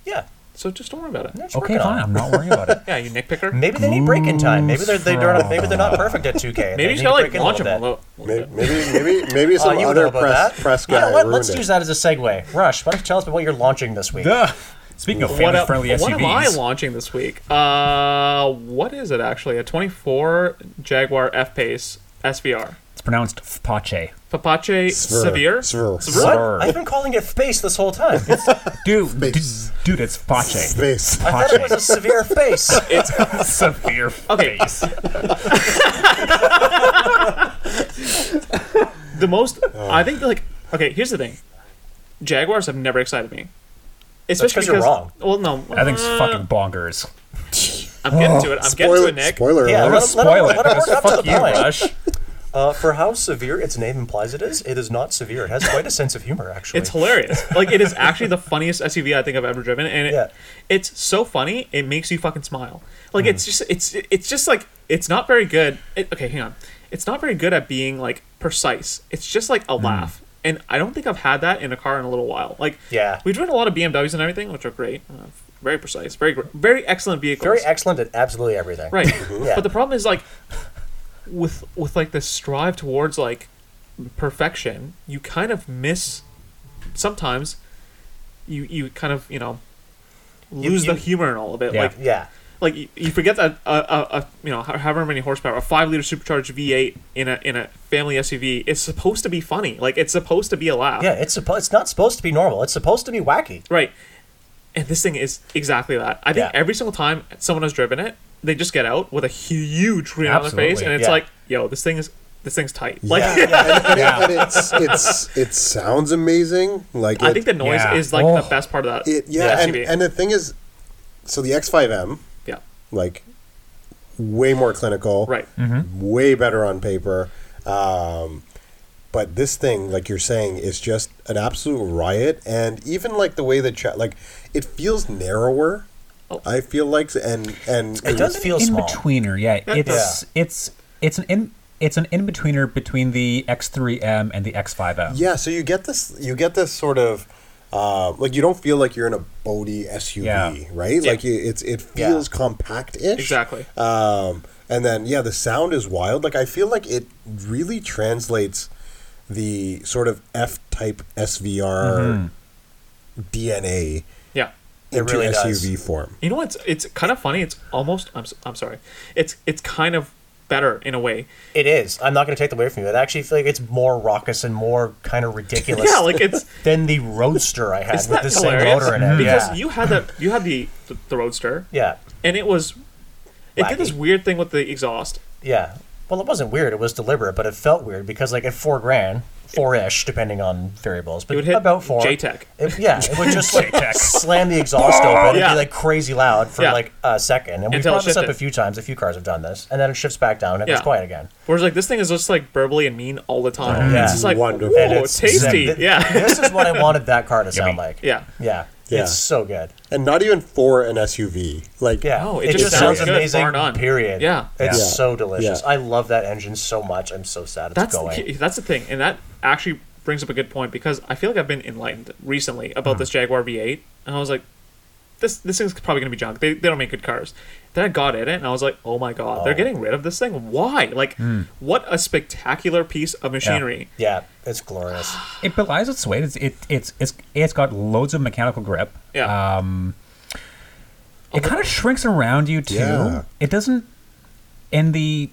Speaker 3: Yeah.
Speaker 2: So just don't worry about it.
Speaker 3: They're just
Speaker 1: okay,
Speaker 3: working
Speaker 1: fine.
Speaker 3: on it.
Speaker 1: I'm not worrying about it.
Speaker 2: Yeah, you nitpicker. Maybe,
Speaker 3: Maybe they need break in time. Maybe they're they don't. Maybe they're not perfect at
Speaker 2: maybe
Speaker 3: 2K. They
Speaker 2: you
Speaker 3: need
Speaker 2: should
Speaker 3: to
Speaker 2: like
Speaker 3: break in a
Speaker 2: launch
Speaker 3: little
Speaker 2: them a
Speaker 3: bit.
Speaker 2: little. a little
Speaker 4: Maybe
Speaker 2: bit.
Speaker 4: maybe maybe, maybe
Speaker 3: Oh,
Speaker 4: some
Speaker 3: you would know
Speaker 4: other
Speaker 3: about
Speaker 4: press
Speaker 3: that.
Speaker 4: press guy
Speaker 3: You know what?
Speaker 4: ruined
Speaker 3: Let's
Speaker 4: it.
Speaker 3: use that as a segue. Rush, why don't you tell us about what you're launching this week?
Speaker 1: Duh. Speaking of
Speaker 2: What,
Speaker 1: family
Speaker 2: am-
Speaker 1: friendly SUVs,
Speaker 2: what am I launching this week? Uh, what is it actually? A 24 Jaguar F Pace SVR.
Speaker 1: it's pronounced Fpache.
Speaker 2: Papache
Speaker 4: Sver.
Speaker 2: Severe.
Speaker 4: Sver.
Speaker 2: Sver?
Speaker 3: What?
Speaker 1: Sir.
Speaker 3: I've been calling it face this whole time.
Speaker 1: Dude, dude,
Speaker 4: Space.
Speaker 1: dude, it's Fpache.
Speaker 4: Space.
Speaker 3: I thought it was a severe face.
Speaker 2: It's
Speaker 1: Severe
Speaker 2: Okay.
Speaker 1: face.
Speaker 2: the most.
Speaker 3: Oh.
Speaker 2: I think like okay. Here's the thing. Jaguars have never excited me. Especially
Speaker 3: 'cause you're wrong.
Speaker 2: Well, no.
Speaker 1: I think it's
Speaker 2: uh,
Speaker 1: fucking bonkers.
Speaker 2: I'm getting to it. I'm getting to
Speaker 4: Spoiler,
Speaker 2: it, Nick.
Speaker 4: spoiler
Speaker 3: Yeah,
Speaker 4: alert.
Speaker 3: let him- let him-
Speaker 1: Spoil it.
Speaker 3: let him work up to
Speaker 1: Fuck
Speaker 3: the
Speaker 1: you,
Speaker 3: point.
Speaker 1: Rush.
Speaker 3: Uh, for how severe its name implies it is, it is not severe. It has quite a sense of humor, actually.
Speaker 2: It's hilarious. Like it is actually the funniest SUV I think I've ever driven, and it,
Speaker 3: Yeah.
Speaker 2: it's so funny it makes you fucking smile. Like
Speaker 3: Mm.
Speaker 2: it's just it's it's just like it's not very good. It, okay, hang on. It's not very good at being like precise. It's just like a
Speaker 3: Mm.
Speaker 2: laugh, and I don't think I've had that in a car in a little while. Like
Speaker 3: Yeah.
Speaker 2: we've driven a lot of BMWs and everything, which are great, uh, very precise, very gr- very excellent vehicles.
Speaker 3: very excellent at absolutely everything.
Speaker 2: Right.
Speaker 3: Yeah.
Speaker 2: But the problem is like with with like this strive towards like perfection, you kind of miss sometimes you you kind of, you know,
Speaker 3: You-
Speaker 2: lose
Speaker 3: you-
Speaker 2: the humor in all of it.
Speaker 1: Yeah.
Speaker 2: Like
Speaker 3: Yeah.
Speaker 2: like you, you forget that a, a, a you know ho- however many horsepower a five liter supercharged V eight in a in a family SUV is supposed to be funny like it's supposed to be a laugh
Speaker 3: Yeah, it's supposed it's not supposed to be normal. It's supposed to be wacky.
Speaker 2: right and this thing is exactly that I think
Speaker 3: Yeah.
Speaker 2: every single time someone has driven it they just get out with a huge grin on their face
Speaker 1: Absolutely.
Speaker 2: and it's
Speaker 3: Yeah.
Speaker 2: like yo this thing is this thing's tight like
Speaker 4: yeah, and- and- and it's it's it sounds amazing. Like
Speaker 2: I
Speaker 4: it-
Speaker 2: think the noise
Speaker 1: Yeah.
Speaker 2: is like
Speaker 1: Oh.
Speaker 2: the best part of that
Speaker 4: it, yeah, and,
Speaker 2: SUV.
Speaker 4: and the thing is, so the X5M
Speaker 2: yeah
Speaker 4: like way more clinical,
Speaker 2: Right.
Speaker 4: Way better on paper. Um, but this thing, like you're saying, is just an absolute riot. And even like the way the chat, like it feels narrower.
Speaker 2: Oh.
Speaker 4: I feel like, and and
Speaker 3: It does feel
Speaker 1: in
Speaker 3: small.
Speaker 1: betweener. Yeah, it's it's it's an in it's an in betweener between the X3M and the X5M.
Speaker 4: Yeah, so you get this, you get this sort of, uh, like you don't feel like you're in a boaty SUV,
Speaker 1: Yeah.
Speaker 4: right?
Speaker 2: Yeah.
Speaker 4: Like you, it's it
Speaker 3: Yeah.
Speaker 4: feels compact-ish.
Speaker 2: Exactly.
Speaker 4: Um, and then yeah, the sound is wild. Like I feel like it really translates the sort of F-type SVR DNA
Speaker 2: yeah
Speaker 4: into
Speaker 3: really does.
Speaker 4: SUV form.
Speaker 2: You know what's it's kind of funny. It's almost I'm, s- I'm sorry. It's it's kind of better in a way.
Speaker 3: It is. I'm not going to take that away from you. I actually feel like it's more raucous and more kind of ridiculous
Speaker 2: Yeah, like it's
Speaker 3: than the Roadster I had
Speaker 2: it's
Speaker 3: with
Speaker 2: not
Speaker 3: the same
Speaker 2: hilarious Mm-hmm.
Speaker 3: motor in it.
Speaker 2: because
Speaker 3: yeah.
Speaker 2: you had the you had the the, the roadster
Speaker 3: yeah.
Speaker 2: and it was it did this
Speaker 3: Wacky.
Speaker 2: weird thing with the exhaust.
Speaker 3: Yeah. Well, it wasn't weird. It was deliberate, but it felt weird because, like, at four grand, four ish, depending on variables, but
Speaker 2: It would hit
Speaker 3: about four.
Speaker 2: JTEC.
Speaker 3: It, yeah, it would just like slam the exhaust open. It'd
Speaker 2: Oh, Yeah.
Speaker 3: be like crazy loud for
Speaker 2: Yeah.
Speaker 3: like a second. And we've
Speaker 2: Until it
Speaker 3: brought this up
Speaker 2: shifted.
Speaker 3: a few times. A few cars have done this, and then it shifts back down and it
Speaker 2: Yeah.
Speaker 3: goes quiet again.
Speaker 2: Whereas like this thing is just like burbly and mean all the time.
Speaker 3: Yeah.
Speaker 2: It's just like
Speaker 4: Wonderful.
Speaker 2: whoa,
Speaker 4: And
Speaker 3: it's
Speaker 2: tasty.
Speaker 3: zen. Th-
Speaker 2: Yeah,
Speaker 3: This is what I wanted that car to sound like.
Speaker 2: yeah.
Speaker 3: Yeah.
Speaker 4: Yeah.
Speaker 3: It's so good.
Speaker 4: And not even for an SUV. Like
Speaker 3: Yeah.
Speaker 2: No, Oh, it just sounds good, bar none.
Speaker 3: Period.
Speaker 2: Yeah.
Speaker 3: It's
Speaker 4: Yeah.
Speaker 3: so delicious.
Speaker 4: Yeah.
Speaker 3: I love that engine so much. I'm so sad it's
Speaker 2: That's
Speaker 3: going.
Speaker 2: the, that's the thing, and that actually brings up a good point because I feel like I've been enlightened recently about
Speaker 3: Hmm.
Speaker 2: this Jaguar V8, and I was like, this this thing's probably gonna be junk. They, they don't make good cars. Then I got in it, and I was like, oh my god, they're getting rid of this thing. Why? Like, what a spectacular piece of machinery.
Speaker 3: Hmm. yeah. It's glorious.
Speaker 1: It belies its weight. It's it, it's it's it's got loads of mechanical grip.
Speaker 2: Yeah.
Speaker 1: Um, it kind of shrinks around you too.
Speaker 4: Yeah.
Speaker 1: It doesn't, and the.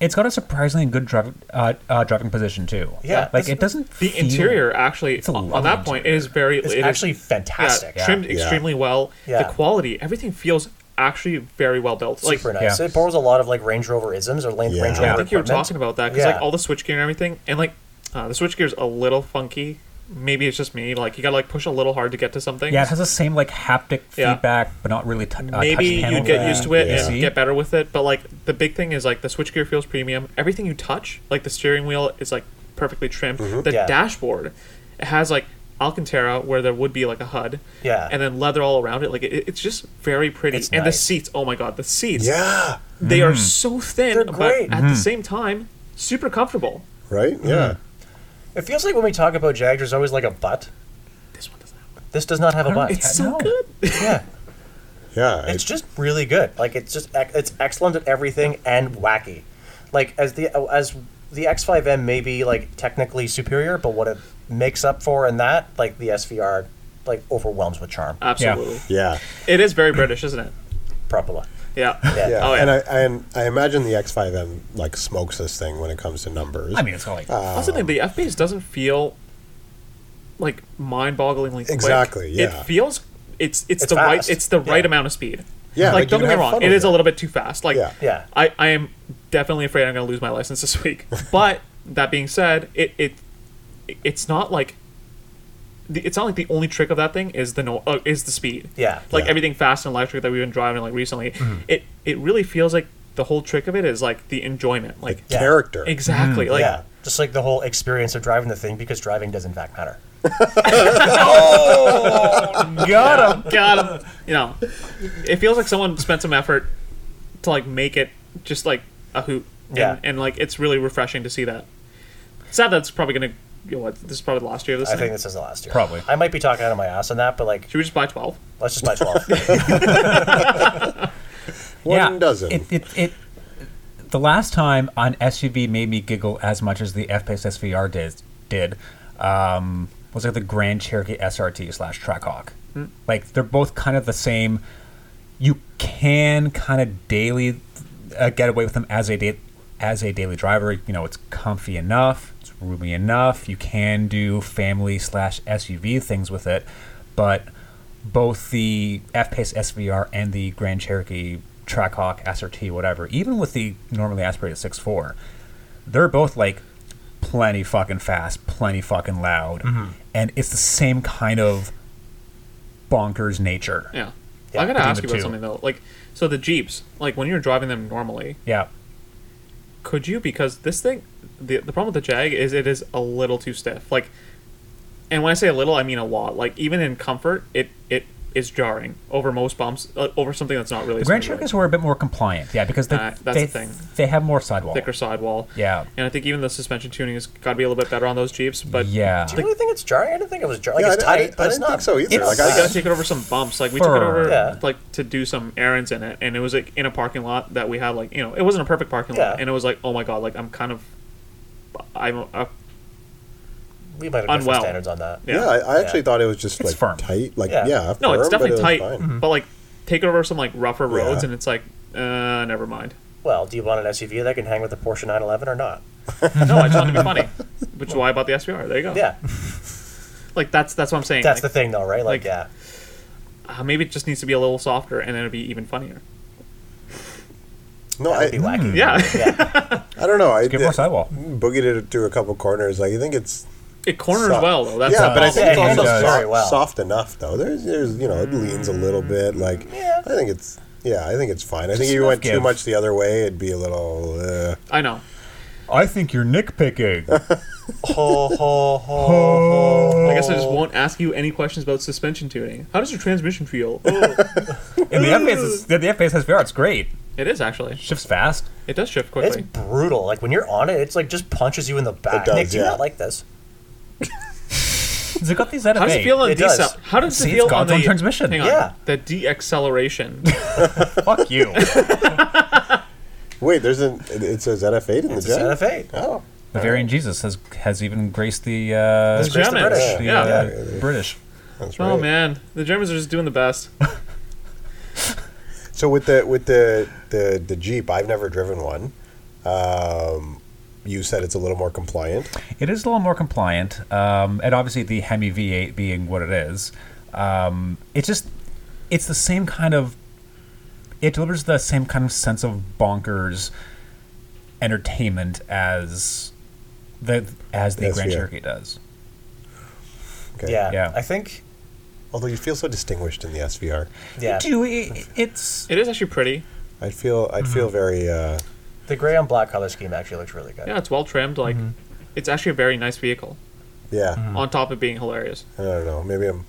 Speaker 1: It's got a surprisingly good drive, uh, uh, driving position too.
Speaker 3: Yeah.
Speaker 1: like
Speaker 3: It's-
Speaker 1: it doesn't.
Speaker 2: The
Speaker 1: feel-
Speaker 2: interior actually,
Speaker 1: a
Speaker 2: on on
Speaker 1: lovely
Speaker 2: that point, it is very.
Speaker 3: It's
Speaker 2: it is-
Speaker 3: actually
Speaker 2: yeah,
Speaker 3: fantastic.
Speaker 1: Yeah.
Speaker 2: trimmed
Speaker 4: Yeah.
Speaker 2: extremely well.
Speaker 3: Yeah.
Speaker 2: The quality, everything feels actually very well built. Like,
Speaker 3: Super nice.
Speaker 1: Yeah.
Speaker 3: It borrows a lot of like Range Rover isms or Lan-
Speaker 4: Yeah.
Speaker 3: Range Rover.
Speaker 4: Yeah.
Speaker 2: I think you were
Speaker 3: equipment.
Speaker 2: talking about that because
Speaker 3: Yeah.
Speaker 2: like all the switch gear and everything, and like uh, the switch gear is a little funky. Maybe it's just me. Like you gotta like push a little hard to get to something.
Speaker 1: Yeah, it has the same like haptic
Speaker 2: Yeah.
Speaker 1: feedback, but not really. T- uh,
Speaker 2: Maybe
Speaker 1: touch panel
Speaker 2: you'd get
Speaker 1: thing.
Speaker 2: used to it
Speaker 4: Yeah.
Speaker 2: and
Speaker 1: See?
Speaker 2: get better with it, but like the big thing is like the switch gear feels premium. Everything you touch, like the steering wheel, is like perfectly trimmed. The
Speaker 3: Yeah.
Speaker 2: dashboard it has like Alcantara where there would be like a HUD.
Speaker 3: Yeah.
Speaker 2: And then leather all around it. Like it, it's just very pretty.
Speaker 3: It's
Speaker 2: and the
Speaker 3: nice.
Speaker 2: seats. Oh my god, the seats.
Speaker 4: yeah,
Speaker 2: They are so thin,
Speaker 3: They're
Speaker 2: but
Speaker 3: great.
Speaker 2: at the same time, super comfortable.
Speaker 4: right, yeah.
Speaker 3: It feels like when we talk about Jag, there's always like a butt.
Speaker 2: This one doesn't. have
Speaker 3: This does not have a butt.
Speaker 2: It's
Speaker 1: Yeah,
Speaker 2: so
Speaker 1: no.
Speaker 2: good.
Speaker 3: yeah.
Speaker 4: Yeah,
Speaker 3: It's just really good. Like it's just ec- it's excellent at everything and wacky. Like as the as the X5M may be like technically superior, but what it makes up for in that, like the SVR, like overwhelms with charm.
Speaker 2: Absolutely.
Speaker 4: yeah.
Speaker 2: It is very British, isn't it?
Speaker 3: Probably.
Speaker 2: Yeah.
Speaker 3: Yeah.
Speaker 4: yeah.
Speaker 2: Oh, yeah.
Speaker 4: And I, and I imagine the X5M like smokes this thing when it comes to numbers.
Speaker 1: I mean, it's got like
Speaker 2: That's the thing. The FBase doesn't feel like mind-bogglingly quick.
Speaker 4: Exactly, yeah.
Speaker 2: It feels it's it's,
Speaker 3: It's
Speaker 2: the right
Speaker 3: fast.
Speaker 2: it's the right
Speaker 3: Yeah.
Speaker 2: amount of speed.
Speaker 4: Yeah,
Speaker 2: Like,
Speaker 4: like,
Speaker 2: don't
Speaker 4: you
Speaker 2: get me
Speaker 4: have
Speaker 2: wrong.
Speaker 4: fun
Speaker 2: It
Speaker 4: with
Speaker 2: is a
Speaker 4: it.
Speaker 2: little bit too fast. Like
Speaker 4: Yeah.
Speaker 3: Yeah.
Speaker 2: I I am definitely afraid I'm going to lose my license this week. But that being said, it it it's not like. the- It's not like the only trick of that thing is the no uh, is the speed.
Speaker 3: Yeah. Mm-hmm.
Speaker 2: like
Speaker 4: Yeah.
Speaker 2: everything fast and electric that we've been driving like recently. It it really feels like the whole trick of it is like the enjoyment. Like
Speaker 3: Yeah.
Speaker 4: character.
Speaker 2: Exactly. Like
Speaker 3: Mm, yeah. Just like the whole experience of driving the thing because driving does in fact matter.
Speaker 1: got him.
Speaker 2: God, I'm- you know, it feels like someone spent some effort to like make it just like a hoot. And,
Speaker 3: Yeah.
Speaker 2: and like it's really refreshing to see that. Sad that's probably gonna. You know what? This is probably the last year of this.
Speaker 3: I
Speaker 2: thing.
Speaker 3: think this is the last year.
Speaker 1: Probably.
Speaker 3: I might be talking out of my ass on that, but like
Speaker 2: Should we just buy twelve?
Speaker 3: let's just buy twelve.
Speaker 4: One dozen.
Speaker 1: It, it, it, the last time an SUV made me giggle as much as the F Pace SVR did, did um, was like the Grand Cherokee SRT slash Trackhawk.
Speaker 4: Hmm.
Speaker 1: Like they're both kind of the same. You can kind of daily uh, get away with them as a da- as a daily driver. You know, it's comfy enough, it's roomy enough. You can do family slash SUV things with it, but both the F Pace SVR and the Grand Cherokee Trackhawk SRT, whatever, even with the normally aspirated 6.4, they're both like plenty fucking fast, plenty fucking loud, and it's the same kind of bonkers nature.
Speaker 2: Yeah.
Speaker 3: Yeah,
Speaker 2: I gotta
Speaker 1: between
Speaker 2: ask
Speaker 1: the
Speaker 2: you about
Speaker 1: two.
Speaker 2: something though. Like, so the Jeeps, like when you're driving them normally,
Speaker 1: Yeah.
Speaker 2: could you? Because this thing, the the problem with the Jag is it is a little too stiff. Like, and when I say a little, I mean a lot. Like even in comfort, it it is jarring over most bumps, uh, over something that's not really.
Speaker 1: The
Speaker 2: as
Speaker 1: Grand
Speaker 2: good, like,
Speaker 1: Cherokees were a bit more compliant, yeah, because they
Speaker 2: Uh, that's
Speaker 1: they,
Speaker 2: the thing.
Speaker 1: they have more sidewall.
Speaker 2: thicker sidewall.
Speaker 1: Yeah.
Speaker 2: And I think even the suspension tuning has got to be a little bit better on those Jeeps, but
Speaker 1: yeah.
Speaker 3: Do you really think it's jarring? I didn't think it was jarring.
Speaker 4: Yeah,
Speaker 3: Like, it's
Speaker 4: I
Speaker 3: tight,
Speaker 4: didn't- I
Speaker 3: but it's
Speaker 4: didn't
Speaker 3: not.
Speaker 4: think so either.
Speaker 1: It's-
Speaker 4: Like,
Speaker 2: we
Speaker 4: I,
Speaker 2: gotta take it over some bumps. Like we took it over
Speaker 3: Yeah.
Speaker 2: like to do some errands in it, and it was like in a parking lot that we had like you know it wasn't a perfect parking
Speaker 3: Yeah.
Speaker 2: lot, and it was like oh my god, like I'm kind of I'm uh,
Speaker 3: We might have different
Speaker 2: Unwell.
Speaker 3: standards on that.
Speaker 4: yeah, I, I actually
Speaker 3: Yeah.
Speaker 4: thought it was just
Speaker 1: It's
Speaker 4: like
Speaker 1: firm.
Speaker 4: tight. Like
Speaker 3: Yeah.
Speaker 4: yeah,
Speaker 2: no, it's
Speaker 4: firm, but
Speaker 2: definitely
Speaker 4: it was
Speaker 2: tight,
Speaker 4: fine.
Speaker 1: Mm-hmm.
Speaker 2: but like take it over some like rougher roads,
Speaker 4: Yeah.
Speaker 2: and it's like uh never mind.
Speaker 3: Well, do you want an SUV that can hang with the Porsche 911 or not?
Speaker 2: No, I just wanted to be funny, which is why I bought the SVR. There you go.
Speaker 3: Yeah,
Speaker 2: like that's that's what I'm saying.
Speaker 3: that's the
Speaker 2: like,
Speaker 3: thing, though, right?
Speaker 2: like-
Speaker 3: Like, yeah,
Speaker 2: uh, maybe it just needs to be a little softer, and then it'd be even funnier.
Speaker 3: Mm-hmm. that
Speaker 4: No, I,
Speaker 3: would be
Speaker 1: Mm-hmm.
Speaker 3: wacky.
Speaker 2: Yeah,
Speaker 3: yeah,
Speaker 4: I don't know. I
Speaker 1: Give more sidewall.
Speaker 4: boogied it to a couple corners. Like I think it's
Speaker 2: it corners
Speaker 4: soft.
Speaker 2: well though. That's
Speaker 4: yeah,
Speaker 2: the
Speaker 4: but I
Speaker 2: problem.
Speaker 4: think it's
Speaker 3: Yeah, it
Speaker 4: also
Speaker 3: does.
Speaker 4: soft,
Speaker 3: Very well. Mm.
Speaker 4: soft enough though. There's, there's you know it leans a little bit. Like
Speaker 3: Yeah.
Speaker 4: I think it's yeah, I think it's fine. I think if you
Speaker 1: enough
Speaker 4: went too
Speaker 1: give.
Speaker 4: much the other way, it'd be a little. Uh,
Speaker 2: I know.
Speaker 1: I think you're nitpicking.
Speaker 3: ho, ho, ho, ho.
Speaker 2: I guess I just won't ask you any questions about suspension tuning. How does your transmission feel? Oh,
Speaker 1: and the F Pace, the F Pace SVR, it's great.
Speaker 2: it is actually.
Speaker 1: Shifts fast.
Speaker 2: It does shift
Speaker 3: It's
Speaker 2: quickly.
Speaker 3: brutal. Like when you're on it, it's like just punches you in the back.
Speaker 4: does,
Speaker 3: Nick, do you
Speaker 4: yeah.
Speaker 3: not like this?
Speaker 1: Has it got these ZFA?
Speaker 2: How does it feel on
Speaker 3: It
Speaker 2: decel?
Speaker 3: does.
Speaker 2: How does
Speaker 1: See,
Speaker 2: it
Speaker 1: it's
Speaker 2: feel
Speaker 1: got
Speaker 2: on
Speaker 1: its own
Speaker 2: the
Speaker 1: transmission.
Speaker 2: Hang on,
Speaker 3: Yeah.
Speaker 2: the deceleration.
Speaker 1: Fuck you.
Speaker 4: wait, there's an it, it says ZF8 in
Speaker 3: It's
Speaker 4: the
Speaker 3: a
Speaker 4: jet.
Speaker 3: Santa Fe.
Speaker 4: Oh,
Speaker 1: Bavarian Jesus has has even graced the uh,
Speaker 2: The
Speaker 3: Grace the
Speaker 2: Germans.
Speaker 3: British.
Speaker 1: the,
Speaker 2: Yeah.
Speaker 1: uh,
Speaker 4: Yeah.
Speaker 1: British.
Speaker 4: that's right.
Speaker 2: Oh man, the Germans are just doing the best.
Speaker 4: So with the with the the, the Jeep, I've never driven one. Um, you said it's a little more compliant.
Speaker 1: It is a little more compliant, um, and obviously the Hemi V8 being what it is, um, it's just it's the same kind of it delivers the same kind of sense of bonkers entertainment as the as the
Speaker 4: Yes,
Speaker 1: Grand
Speaker 4: yeah.
Speaker 1: Cherokee does.
Speaker 4: Okay.
Speaker 3: Yeah.
Speaker 1: Yeah.
Speaker 3: I think.
Speaker 4: Although you feel so distinguished in the SVR,
Speaker 3: Yeah.
Speaker 1: Do it, it's
Speaker 2: It is actually pretty.
Speaker 4: I'd feel
Speaker 2: Mm-hmm.
Speaker 4: I'd feel very. Uh,
Speaker 3: The gray on black color scheme actually looks really good.
Speaker 2: Yeah, it's well trimmed. Like, it's actually a very nice vehicle.
Speaker 4: Yeah,
Speaker 2: On top of being hilarious.
Speaker 4: I don't know. Maybe I'm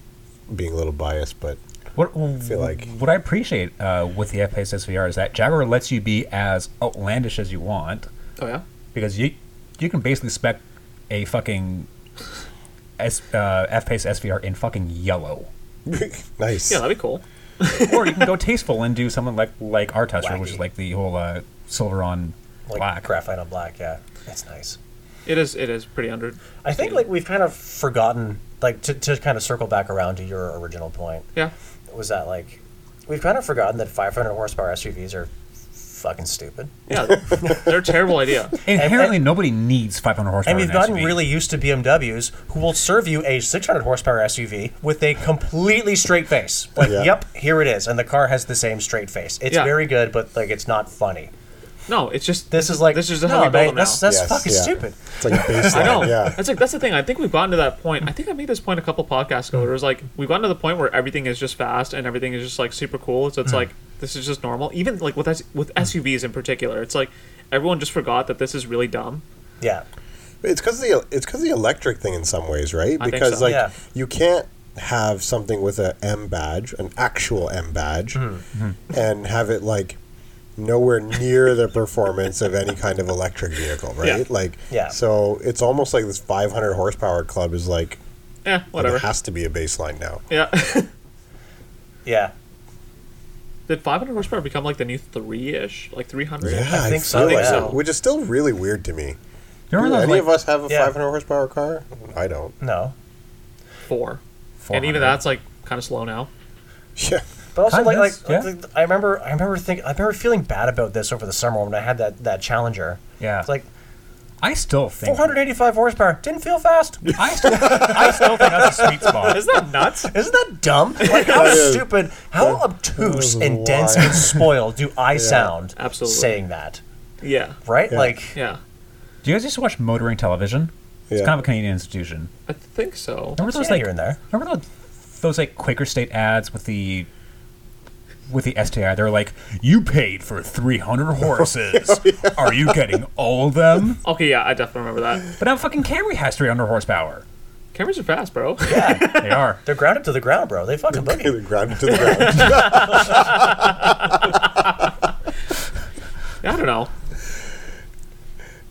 Speaker 4: being a little biased, but
Speaker 1: What
Speaker 4: feel like-
Speaker 1: what I appreciate uh, with the F-Pace SVR is that Jaguar lets you be as outlandish as you want
Speaker 2: Oh yeah.
Speaker 1: because you you can basically spec a fucking S, uh, F-Pace SVR in fucking yellow,
Speaker 4: nice.
Speaker 2: Yeah, that'd be cool.
Speaker 1: or you can go tasteful and do something like like our tester, which
Speaker 3: Wacky.
Speaker 1: is like the whole uh, silver on
Speaker 3: Like
Speaker 1: black.
Speaker 3: graphite on black. Yeah. That's nice.
Speaker 2: It is. It is pretty under.
Speaker 3: I think like we've kind of forgotten like to, to kind of circle back around to your original point
Speaker 2: Yeah.
Speaker 3: was that like we've kind of forgotten that 500 horsepower SUVs are fucking stupid.
Speaker 2: Yeah. They're a terrible idea.
Speaker 1: Inherently, nobody needs 500 horsepower.
Speaker 3: And we've
Speaker 1: in
Speaker 3: gotten
Speaker 1: SUV.
Speaker 3: really used to BMWs who will serve you a 600 horsepower SUV with a completely straight face. Like,
Speaker 4: Yeah.
Speaker 3: yep, here it is. And the car has the same straight face. It's
Speaker 2: Yeah.
Speaker 3: very good, but like it's not funny.
Speaker 2: No, it's just
Speaker 3: This is like
Speaker 2: this is just
Speaker 3: no,
Speaker 2: how we
Speaker 3: mate,
Speaker 2: build them now.
Speaker 3: That's, that's
Speaker 4: Yes,
Speaker 3: fucking
Speaker 4: yeah.
Speaker 3: stupid.
Speaker 4: It's like a baseline.
Speaker 2: I know.
Speaker 4: Yeah.
Speaker 2: That's like that's the thing. I think we've gotten to that point. I think I made this point a couple podcasts ago. Where it was like we've gotten to the point where everything is just fast and everything is just like super cool. So it's
Speaker 4: Hmm.
Speaker 2: like this is just normal. Even like with S- with SUVs in particular, it's like everyone just forgot that this is really dumb.
Speaker 3: Yeah.
Speaker 4: It's because the it's because the electric thing in some ways, right?
Speaker 2: I think
Speaker 4: because
Speaker 2: so.
Speaker 4: like
Speaker 3: Yeah.
Speaker 4: you can't have something with a M badge, an actual M badge,
Speaker 2: Mm-hmm.
Speaker 4: and have it like nowhere near the performance of any kind of electric vehicle, right?
Speaker 2: Yeah.
Speaker 4: Like
Speaker 3: Yeah.
Speaker 4: So it's almost like this 500 horsepower club is like
Speaker 2: Eh,
Speaker 4: it
Speaker 2: whatever.
Speaker 4: has to be a baseline now.
Speaker 2: Yeah,
Speaker 3: Yeah.
Speaker 2: Did 500 horsepower become like the new three ish, like 300?
Speaker 4: Yeah,
Speaker 3: I think so,
Speaker 4: feel
Speaker 3: yeah.
Speaker 4: so, Which is still really weird to me.
Speaker 1: You
Speaker 4: Do
Speaker 1: remember those,
Speaker 4: any
Speaker 1: like,
Speaker 4: of us have a
Speaker 3: Yeah.
Speaker 4: 500 horsepower car? I don't.
Speaker 3: No,
Speaker 2: Four. And
Speaker 1: 400?
Speaker 2: even that's like kind of slow now.
Speaker 4: Yeah.
Speaker 3: but also
Speaker 1: Kind
Speaker 3: like,
Speaker 1: of,
Speaker 3: like
Speaker 1: yeah.
Speaker 3: like, I remember I remember think I remember feeling bad about this over the summer when I had that that Challenger.
Speaker 1: Yeah.
Speaker 3: It's like
Speaker 1: I still think
Speaker 3: 485 horsepower didn't feel fast.
Speaker 1: I still, I still think that's a sweet spot.
Speaker 2: Isn't that nuts?
Speaker 3: Isn't that dumb? Like how
Speaker 4: That is-
Speaker 3: stupid, how obtuse and
Speaker 4: wild.
Speaker 3: dense and spoiled do I sound
Speaker 2: Absolutely.
Speaker 3: saying that?
Speaker 2: Yeah.
Speaker 3: Right?
Speaker 4: Yeah.
Speaker 3: Like
Speaker 2: Yeah.
Speaker 1: Do you guys used to watch motoring television? It's
Speaker 4: Yeah.
Speaker 1: kind of a Canadian institution.
Speaker 2: I think so.
Speaker 1: Remember those
Speaker 3: yeah,
Speaker 1: like
Speaker 3: you're in there.
Speaker 1: remember those, those like Quaker State ads with the with the STI? They're like, you paid for three hundred horses. Are you getting all of them?
Speaker 2: Okay, yeah, I definitely remember that.
Speaker 1: But now fucking Camry has three hundred horsepower.
Speaker 2: Cameras are fast, bro.
Speaker 3: Yeah.
Speaker 1: They are.
Speaker 3: They're grounded to the ground, bro. They fucking
Speaker 4: To
Speaker 3: boogie.
Speaker 4: the ground to the ground.
Speaker 2: Yeah, I don't know.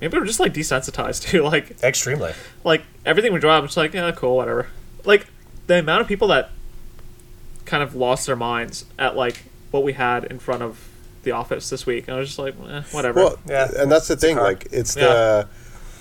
Speaker 2: Maybe we're just like desensitized to like
Speaker 3: Extremely.
Speaker 2: like everything we drive. I'm just like yeah, cool, whatever. Like the amount of people that kind of lost their minds at like what we had in front of the office this week. I was just like eh, whatever.
Speaker 4: well,
Speaker 3: Yeah.
Speaker 4: and that's the thing. Like, it's
Speaker 2: Yeah.
Speaker 4: the.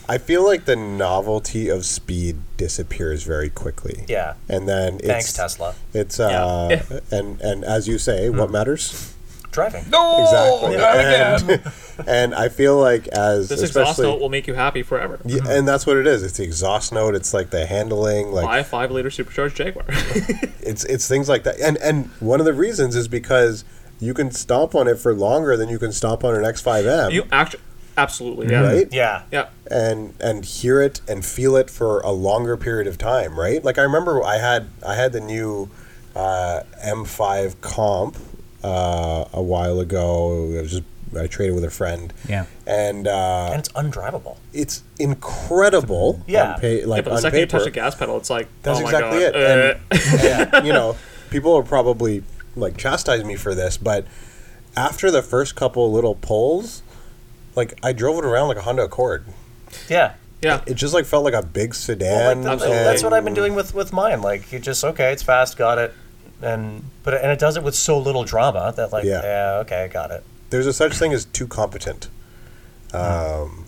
Speaker 4: I feel like the novelty of speed disappears very quickly.
Speaker 3: Yeah.
Speaker 4: And then it's,
Speaker 3: Thanks, Tesla.
Speaker 4: It's uh, and and as you say, what matters
Speaker 3: Driving.
Speaker 1: No,
Speaker 4: exactly.
Speaker 1: Oh, not again.
Speaker 4: And, and I feel like as
Speaker 2: this exhaust
Speaker 4: especially
Speaker 2: note will make you happy forever.
Speaker 4: Yeah, and that's what it is. It's the exhaust note. It's like the handling. Like
Speaker 2: Buy a five liter supercharged Jaguar.
Speaker 4: it's it's things like that. And and one of the reasons is because you can stomp on it for longer than you can stomp on an X5M,
Speaker 2: you actually absolutely yeah
Speaker 4: right?
Speaker 3: Yeah.
Speaker 2: yeah.
Speaker 4: and and hear it and feel it for a longer period of time, right? Like I remember I had I had the new uh, M5 Comp uh, a while ago. I was just I traded with a friend.
Speaker 1: Yeah.
Speaker 4: and uh,
Speaker 3: And it's undrivable.
Speaker 4: it's incredible.
Speaker 3: Yeah.
Speaker 4: on pa-
Speaker 2: Yeah,
Speaker 4: like
Speaker 2: but
Speaker 4: on
Speaker 2: the second
Speaker 4: paper.
Speaker 2: you touch the gas pedal, it's like
Speaker 4: That's
Speaker 2: oh my
Speaker 4: exactly
Speaker 2: god.
Speaker 4: it.
Speaker 2: uh,
Speaker 4: And, and, you know, people will probably like chastise me for this, but after the first couple little pulls, like I drove it around like a Honda Accord.
Speaker 3: Yeah.
Speaker 2: yeah.
Speaker 4: It just like felt like a big
Speaker 3: Well,
Speaker 4: sedan.
Speaker 3: like, that's,
Speaker 2: Absolutely.
Speaker 4: and-
Speaker 3: that's what I've been doing with, with mine. Like you just okay, it's fast, got it, and but and it does it with so little drama that like
Speaker 4: Yeah.
Speaker 3: yeah, okay, got it.
Speaker 4: There's a such thing as too competent. Um,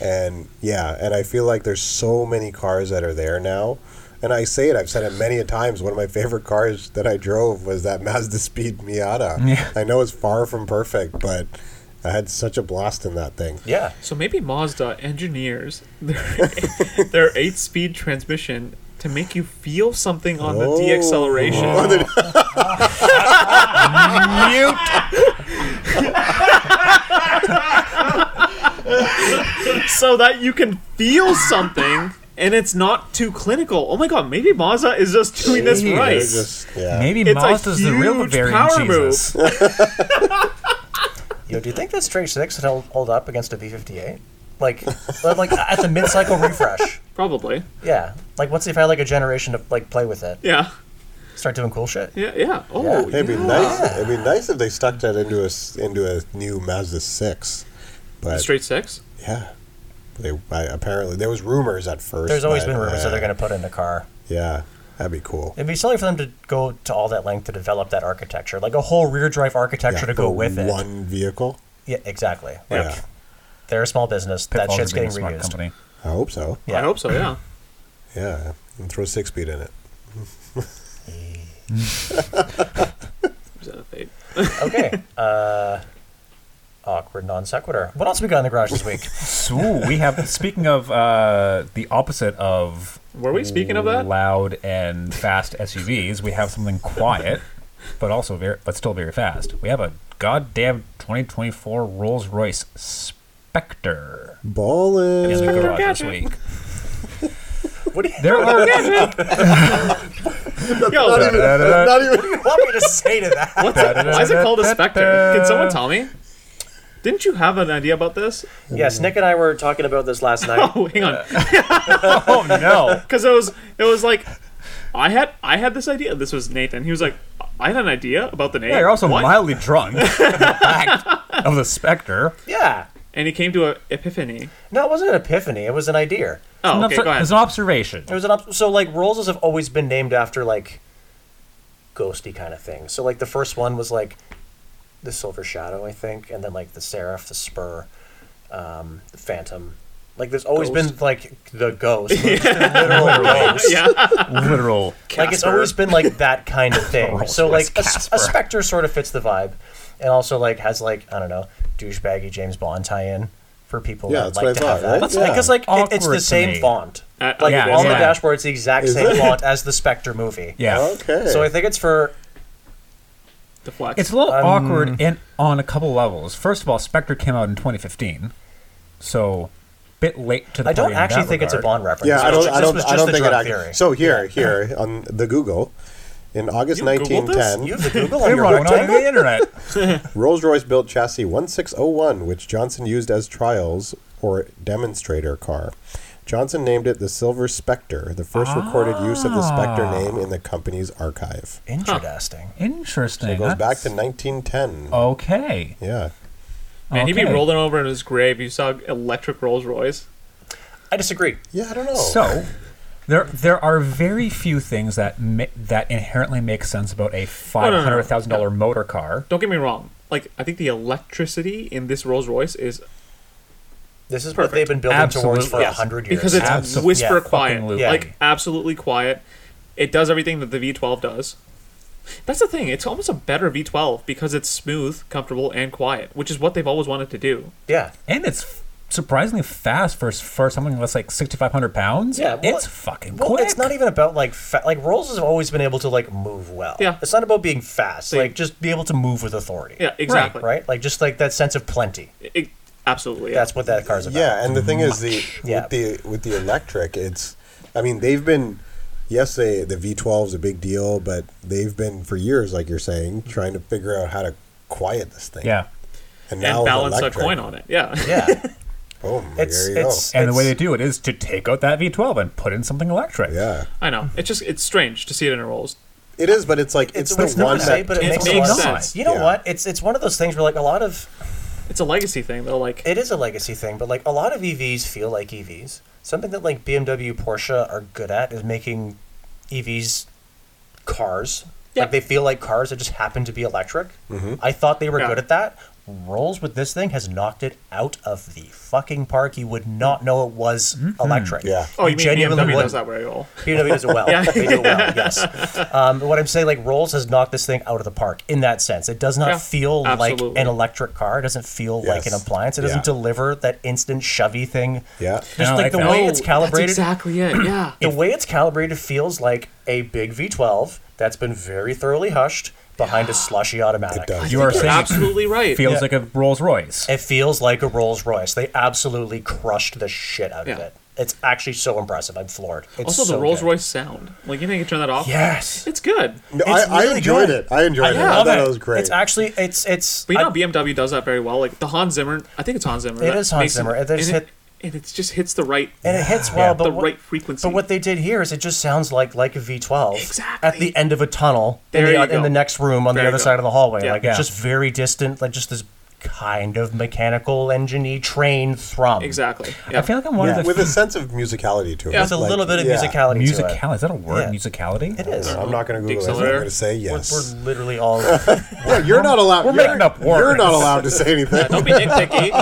Speaker 4: and yeah, and I feel like there's so many cars that are there now. And I say it, I've said it many a times. One of my favorite cars that I drove was that Mazda Speed Miata.
Speaker 1: Yeah.
Speaker 4: I know it's far from perfect, but I had such a blast in that thing.
Speaker 3: Yeah,
Speaker 2: So maybe Mazda engineers their, their eight-speed transmission to make you feel something on the
Speaker 4: Oh.
Speaker 2: deacceleration.
Speaker 4: Oh, the-
Speaker 2: so that you can feel something and it's not too clinical. Oh my god, maybe Mazda is just doing this
Speaker 1: Jeez.
Speaker 2: right.
Speaker 4: they're just- yeah.
Speaker 1: Maybe
Speaker 2: It's a
Speaker 1: Mazda's the real
Speaker 2: huge
Speaker 1: Bavarian
Speaker 2: power
Speaker 1: Jesus.
Speaker 3: Yo, do you think that straight six would hold, hold up against a V fifty eight? Like, but, like at the mid cycle refresh.
Speaker 2: Probably.
Speaker 3: Yeah, like once they've had like a generation to like play with it,
Speaker 2: Yeah.
Speaker 3: start doing cool shit.
Speaker 2: Yeah, yeah. Oh,
Speaker 4: It'd be
Speaker 2: yeah.
Speaker 4: nice. It'd be nice if they stuck that into a s- into a new Mazda six, but
Speaker 2: Straight six?
Speaker 4: yeah, they I, apparently there was rumors at first.
Speaker 3: There's always
Speaker 4: but,
Speaker 3: been rumors
Speaker 4: uh,
Speaker 3: that they're going to put in the car.
Speaker 4: Yeah, that'd be cool.
Speaker 3: It'd be silly for them to go to all that length to develop that architecture, like a whole rear drive architecture
Speaker 4: Yeah,
Speaker 3: to go
Speaker 4: for
Speaker 3: with it.
Speaker 4: one vehicle.
Speaker 3: Yeah, exactly. Like,
Speaker 4: Yeah,
Speaker 3: they're a small business. that
Speaker 1: Pitfalls
Speaker 3: shit's
Speaker 1: of being
Speaker 3: getting
Speaker 1: a smart
Speaker 3: reused.
Speaker 1: company.
Speaker 4: I hope so.
Speaker 3: Yeah.
Speaker 2: I hope so, yeah.
Speaker 4: Yeah, and throw six speed in it.
Speaker 2: Is that a fade?
Speaker 3: Okay. Uh, awkward non sequitur. What else we got in the garage this week?
Speaker 1: So we have speaking of uh, the opposite of
Speaker 2: Were we speaking of that?
Speaker 1: loud and fast SUVs, we have something quiet, but also very but still very fast. We have a goddamn 2024 Rolls Royce Spectre in the
Speaker 4: Ballin'.
Speaker 1: garage this week.
Speaker 3: What do you
Speaker 1: There
Speaker 2: Oh,
Speaker 1: are
Speaker 2: Yo,
Speaker 4: Not even.
Speaker 3: want me to say to that?
Speaker 2: what's it, why is it called a specter? Can someone tell me? Didn't you have an idea about this?
Speaker 3: Yes, Nick and I were talking about this last night.
Speaker 2: Oh, hang on.
Speaker 1: oh no!
Speaker 2: because it was it was like I had I had this idea. This was Nathan. He was like, I had an idea about the name.
Speaker 1: Yeah, you're also
Speaker 2: What?
Speaker 1: mildly drunk. in the fact of the Spectre.
Speaker 3: yeah.
Speaker 2: And he came to an epiphany.
Speaker 3: No, it wasn't an epiphany. It was an idea.
Speaker 2: Oh, okay,
Speaker 1: It's an obser-
Speaker 2: go ahead.
Speaker 1: It's an observation.
Speaker 3: It was an op- so like Rolls have always been named after like ghosty kind of things. So like the first one was like the Silver Shadow, I think, and then like the Seraph, the Spur, um, the Phantom. Like there's always been like the Ghost, like, literal names.
Speaker 2: yeah.
Speaker 1: Literal.
Speaker 3: Like it's always been like that kind of thing. so
Speaker 1: Rolls-Royce
Speaker 3: like a, s- a
Speaker 1: Casper.
Speaker 3: Spectre sort of fits the vibe, and also like has like I don't know douchebaggy James Bond tie-in for people.
Speaker 4: Yeah,
Speaker 3: that
Speaker 4: that's
Speaker 3: like
Speaker 4: what
Speaker 3: to
Speaker 4: I
Speaker 3: have
Speaker 4: thought,
Speaker 3: that.
Speaker 4: right?
Speaker 3: like it's like it- it's
Speaker 1: Awkward to
Speaker 3: the same
Speaker 1: me.
Speaker 3: font.
Speaker 2: Uh,
Speaker 3: like
Speaker 1: yeah,
Speaker 3: on the
Speaker 1: yeah.
Speaker 3: dashboard, it's the exact
Speaker 4: Is
Speaker 3: same
Speaker 4: it?
Speaker 3: font as the Spectre movie.
Speaker 1: Yeah.
Speaker 4: Okay.
Speaker 3: So I think it's for
Speaker 2: The flex.
Speaker 1: It's a little awkward and on a couple levels. First of all, Spectre came out in 2015, so bit late to the
Speaker 3: I don't
Speaker 1: party in
Speaker 3: actually
Speaker 1: that
Speaker 3: think it's a
Speaker 1: regard.
Speaker 3: Bond reference.
Speaker 4: Yeah, I
Speaker 3: It was
Speaker 4: don't.
Speaker 3: ju-
Speaker 4: I
Speaker 3: this
Speaker 4: don't.
Speaker 3: was
Speaker 4: I
Speaker 3: just
Speaker 4: don't
Speaker 3: the
Speaker 4: think it.
Speaker 3: drug
Speaker 4: Actually,
Speaker 3: theory.
Speaker 4: so here, here on the Google, in August
Speaker 2: You Googled this?
Speaker 4: 1910,
Speaker 3: You have the Google on
Speaker 1: They
Speaker 3: your
Speaker 1: run it on
Speaker 3: rectangle?
Speaker 1: the internet.
Speaker 4: Rolls-Royce built chassis 1601, which Johnson used as trials or demonstrator car. Johnson named it the Silver Spectre, the first recorded use of the Spectre
Speaker 1: Ah.
Speaker 4: name in the company's archive.
Speaker 3: Interesting.
Speaker 1: Interesting.
Speaker 4: It goes back
Speaker 1: That's- Oh.
Speaker 4: to 1910.
Speaker 1: Okay.
Speaker 4: Yeah.
Speaker 2: Man, he'd be
Speaker 1: Okay.
Speaker 2: rolling over in his grave. You saw electric Rolls Royce.
Speaker 3: I disagree.
Speaker 4: Yeah, I don't know.
Speaker 1: So there there are very few things that ma- that inherently make sense about a five hundred thousand dollar motor car.
Speaker 2: Don't get me wrong. Like I think the electricity in this Rolls Royce is
Speaker 3: This is what they've been building towards
Speaker 1: Absolutely.
Speaker 3: for a
Speaker 1: Yes.
Speaker 3: hundred years.
Speaker 2: because it's
Speaker 1: Absol-
Speaker 2: whisper
Speaker 3: yeah,
Speaker 2: quiet,
Speaker 1: fucking
Speaker 2: like
Speaker 3: Yeah.
Speaker 2: absolutely quiet. It does everything that the V12 does. That's the thing. It's almost a better V12 because it's smooth, comfortable, and quiet, which is what they've always wanted to do.
Speaker 3: yeah.
Speaker 1: and it's f- surprisingly fast for for something that's like sixty five hundred pounds.
Speaker 3: Yeah, well,
Speaker 1: it's fucking
Speaker 3: Well,
Speaker 1: quick.
Speaker 3: it's not even about like fa- like Rolls has always been able to like move well.
Speaker 2: Yeah.
Speaker 3: It's not about being fast.
Speaker 2: They-
Speaker 3: Like just be able to move with authority.
Speaker 2: Yeah, exactly.
Speaker 3: Right. Like just like that sense of plenty.
Speaker 2: It, absolutely.
Speaker 3: That's what that car's about.
Speaker 4: Yeah, and the thing is the
Speaker 3: Yeah.
Speaker 4: with the with the electric, it's I mean, they've been yes, they the V12 is a big deal, but they've been for years like you're saying trying to figure out how to quiet this
Speaker 3: e-
Speaker 4: thing.
Speaker 1: yeah,
Speaker 4: And
Speaker 2: and
Speaker 4: with
Speaker 2: balance a
Speaker 4: electric,
Speaker 2: coin on it. Yeah.
Speaker 3: Yeah.
Speaker 4: Boom,
Speaker 3: It's
Speaker 4: there you
Speaker 3: it's,
Speaker 1: and the way they
Speaker 3: it's-
Speaker 1: do it is to take out that V twelve and put in something electric.
Speaker 4: go. Yeah.
Speaker 2: I know. It's just it's strange to see it in a Rolls.
Speaker 4: It is, but it's like it's,
Speaker 3: it's,
Speaker 4: the
Speaker 3: it's
Speaker 4: one
Speaker 3: not say,
Speaker 4: that
Speaker 3: but it,
Speaker 2: It
Speaker 3: makes,
Speaker 2: makes
Speaker 3: a lot of
Speaker 2: sense.
Speaker 3: sense. You know
Speaker 4: Yeah.
Speaker 3: what? It's it's one of those things where like a lot of
Speaker 2: It's a legacy thing though. Like
Speaker 3: it is a legacy thing, but like a lot of EVs feel like EVs. Something that like BMW, Porsche are good at is making EVs cars.
Speaker 2: Yeah.
Speaker 3: Like they feel like cars that just happen to be electric. I thought they were
Speaker 2: Yeah.
Speaker 3: good at that. Rolls with this thing has knocked it out of the fucking park. You would not know it was electric.
Speaker 4: Yeah.
Speaker 2: oh, you, mean
Speaker 3: genuinely
Speaker 2: BMW
Speaker 3: wouldn't.
Speaker 2: does that very well.
Speaker 3: BMW does it well.
Speaker 2: Yeah.
Speaker 3: They do it well, yes. Um, but what I'm saying, like, Rolls has knocked this thing out of the park in that sense. It does not
Speaker 2: Yeah,
Speaker 3: feel like
Speaker 2: absolutely.
Speaker 3: an electric car. It doesn't feel like an
Speaker 4: Yes.
Speaker 3: appliance. It doesn't
Speaker 4: Yeah.
Speaker 3: deliver that instant shovey thing.
Speaker 4: Yeah.
Speaker 3: Just
Speaker 1: I don't
Speaker 3: like,
Speaker 1: like
Speaker 3: the
Speaker 1: that.
Speaker 3: way
Speaker 1: No,
Speaker 3: it's calibrated.
Speaker 2: Oh, That's exactly it. Yeah.
Speaker 3: the way it's calibrated feels like a big V12 that's been very thoroughly hushed behind a slushy automatic.
Speaker 4: It does.
Speaker 1: you are
Speaker 2: You're
Speaker 1: saying
Speaker 2: absolutely right.
Speaker 1: feels
Speaker 3: Yeah.
Speaker 1: like a Rolls Royce.
Speaker 3: It feels like a Rolls Royce. They absolutely crushed the shit out of
Speaker 2: Yeah.
Speaker 3: it. It's actually so impressive. I'm floored. It's
Speaker 2: also, the
Speaker 3: so
Speaker 2: Rolls
Speaker 3: good.
Speaker 2: Royce sound. Like you think you can turn that off?
Speaker 3: Yes.
Speaker 2: It's good.
Speaker 4: No,
Speaker 3: It's
Speaker 4: I,
Speaker 3: really
Speaker 4: I enjoyed
Speaker 3: good.
Speaker 4: it. I enjoyed it. I
Speaker 3: love
Speaker 4: thought it was great.
Speaker 3: It's actually it's it's
Speaker 2: But you
Speaker 3: I-
Speaker 2: know, how BMW does that very well. Like the Hans Zimmer, I think it's Hans Zimmer.
Speaker 3: It
Speaker 2: that
Speaker 3: is Hans
Speaker 2: makes
Speaker 3: Zimmer. It just
Speaker 2: and
Speaker 3: hit-
Speaker 2: it, and it just hits the right,
Speaker 3: and it hits well, but
Speaker 2: the
Speaker 3: what,
Speaker 2: right frequency.
Speaker 3: But what they did here is it just sounds like like a V12
Speaker 2: Exactly.
Speaker 3: at the end of a tunnel in
Speaker 2: There
Speaker 3: the,
Speaker 2: you
Speaker 3: in
Speaker 2: go.
Speaker 3: the next room on
Speaker 2: There
Speaker 3: the
Speaker 2: you
Speaker 3: other
Speaker 2: go.
Speaker 3: side of the hallway.
Speaker 2: Yeah.
Speaker 3: Like
Speaker 1: Yeah.
Speaker 3: it's just very distant, like just this kind of mechanical enginey train thrum.
Speaker 2: exactly?
Speaker 1: I feel like I'm one
Speaker 4: Yeah,
Speaker 1: of the
Speaker 4: with a sense of musicality to it.
Speaker 2: Yeah.
Speaker 3: With a
Speaker 4: Like,
Speaker 3: little bit of
Speaker 4: yeah.
Speaker 3: musicality to it.
Speaker 1: musicality. Is that a word?
Speaker 3: Yeah.
Speaker 1: Musicality.
Speaker 3: It is.
Speaker 4: I'm not going to Google it. I'm
Speaker 2: Dictionary.
Speaker 4: going to say
Speaker 3: We're,
Speaker 4: yes.
Speaker 3: we're literally all
Speaker 4: yeah, you're not allowed.
Speaker 1: we're
Speaker 4: you're-
Speaker 1: making up
Speaker 4: You're
Speaker 1: words.
Speaker 4: not allowed to say anything.
Speaker 2: Don't be Nick Picky.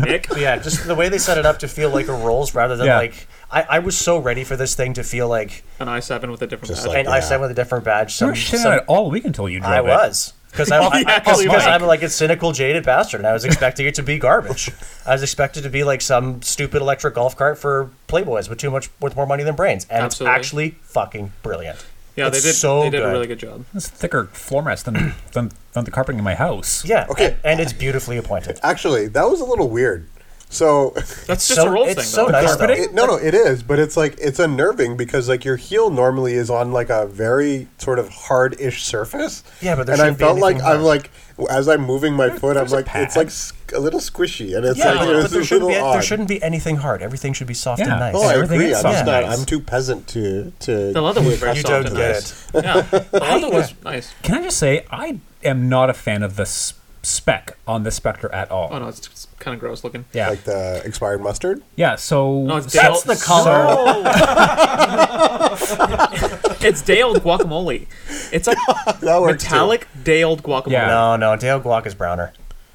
Speaker 2: Nick.
Speaker 3: yeah, just the way they set it up to feel like a Rolls rather than
Speaker 1: Yeah.
Speaker 3: like I, I was so ready for this thing to feel like
Speaker 2: An i7 with a different
Speaker 4: Just
Speaker 2: badge.
Speaker 4: like-
Speaker 3: an i
Speaker 4: Yeah.
Speaker 3: i7 with a different badge.
Speaker 1: You were
Speaker 3: Some,
Speaker 1: shitting
Speaker 3: some
Speaker 1: on it all week until you drove
Speaker 3: I
Speaker 1: it.
Speaker 3: was because I, I,
Speaker 2: yeah,
Speaker 3: 'cause-
Speaker 2: 'cause
Speaker 3: because I'm
Speaker 2: Mike.
Speaker 3: like a cynical, jaded bastard, and I was expecting it to be garbage. I was expected to be like some stupid electric golf cart for playboys with too much with more money than brains, and
Speaker 2: Absolutely.
Speaker 3: it's actually fucking brilliant.
Speaker 2: yeah, they
Speaker 3: It's
Speaker 2: did.
Speaker 3: so
Speaker 2: they did
Speaker 3: good.
Speaker 2: a really good job.
Speaker 1: It's thicker floor mats than, than than the carpeting in my house.
Speaker 3: Yeah,
Speaker 4: Okay.
Speaker 3: and, and it's beautifully appointed.
Speaker 4: Actually, that was a little weird. So,
Speaker 2: That's just
Speaker 3: so-
Speaker 2: a Rolls
Speaker 3: it's
Speaker 2: thing.
Speaker 3: so
Speaker 2: though.
Speaker 3: nice,
Speaker 1: Carpeting?
Speaker 3: though.
Speaker 4: it, no, no, it is, but it's like it's unnerving because like your heel normally is on like a very sort of hard-ish surface.
Speaker 3: Yeah, but there
Speaker 4: and I
Speaker 3: shouldn't be
Speaker 4: felt like
Speaker 3: anything
Speaker 4: I'm like as I'm moving my foot, I'm
Speaker 1: there's a
Speaker 4: like it's like s- a little squishy, and it's
Speaker 3: Yeah,
Speaker 4: like
Speaker 3: but,
Speaker 4: it was
Speaker 3: but there
Speaker 4: a
Speaker 3: shouldn't
Speaker 4: little
Speaker 3: be
Speaker 4: odd.
Speaker 3: there shouldn't be anything hard. Everything should be soft
Speaker 1: Yeah.
Speaker 3: and nice.
Speaker 4: Oh, I
Speaker 1: Everything
Speaker 4: agree.
Speaker 1: is
Speaker 4: I'm
Speaker 1: soft
Speaker 4: just not.
Speaker 1: and nice.
Speaker 4: I'm too peasant to to.
Speaker 2: The leather
Speaker 4: be
Speaker 2: was very
Speaker 3: you
Speaker 4: accustomed
Speaker 2: soft and
Speaker 3: don't get
Speaker 4: to this.
Speaker 2: nice. Yeah, the leather was nice.
Speaker 1: Can I just say I am not a fan of the spec on the Spectre at all.
Speaker 2: Oh no, it's, it's kind of gross looking.
Speaker 1: Yeah,
Speaker 4: Like the expired mustard.
Speaker 1: yeah. So
Speaker 2: No, it's
Speaker 1: so-
Speaker 2: Dale.
Speaker 3: the color.
Speaker 2: it's Dale guacamole. It's like
Speaker 4: That works too.
Speaker 2: metallic Dale guacamole.
Speaker 1: Yeah.
Speaker 3: No, no, Dale Guac is browner.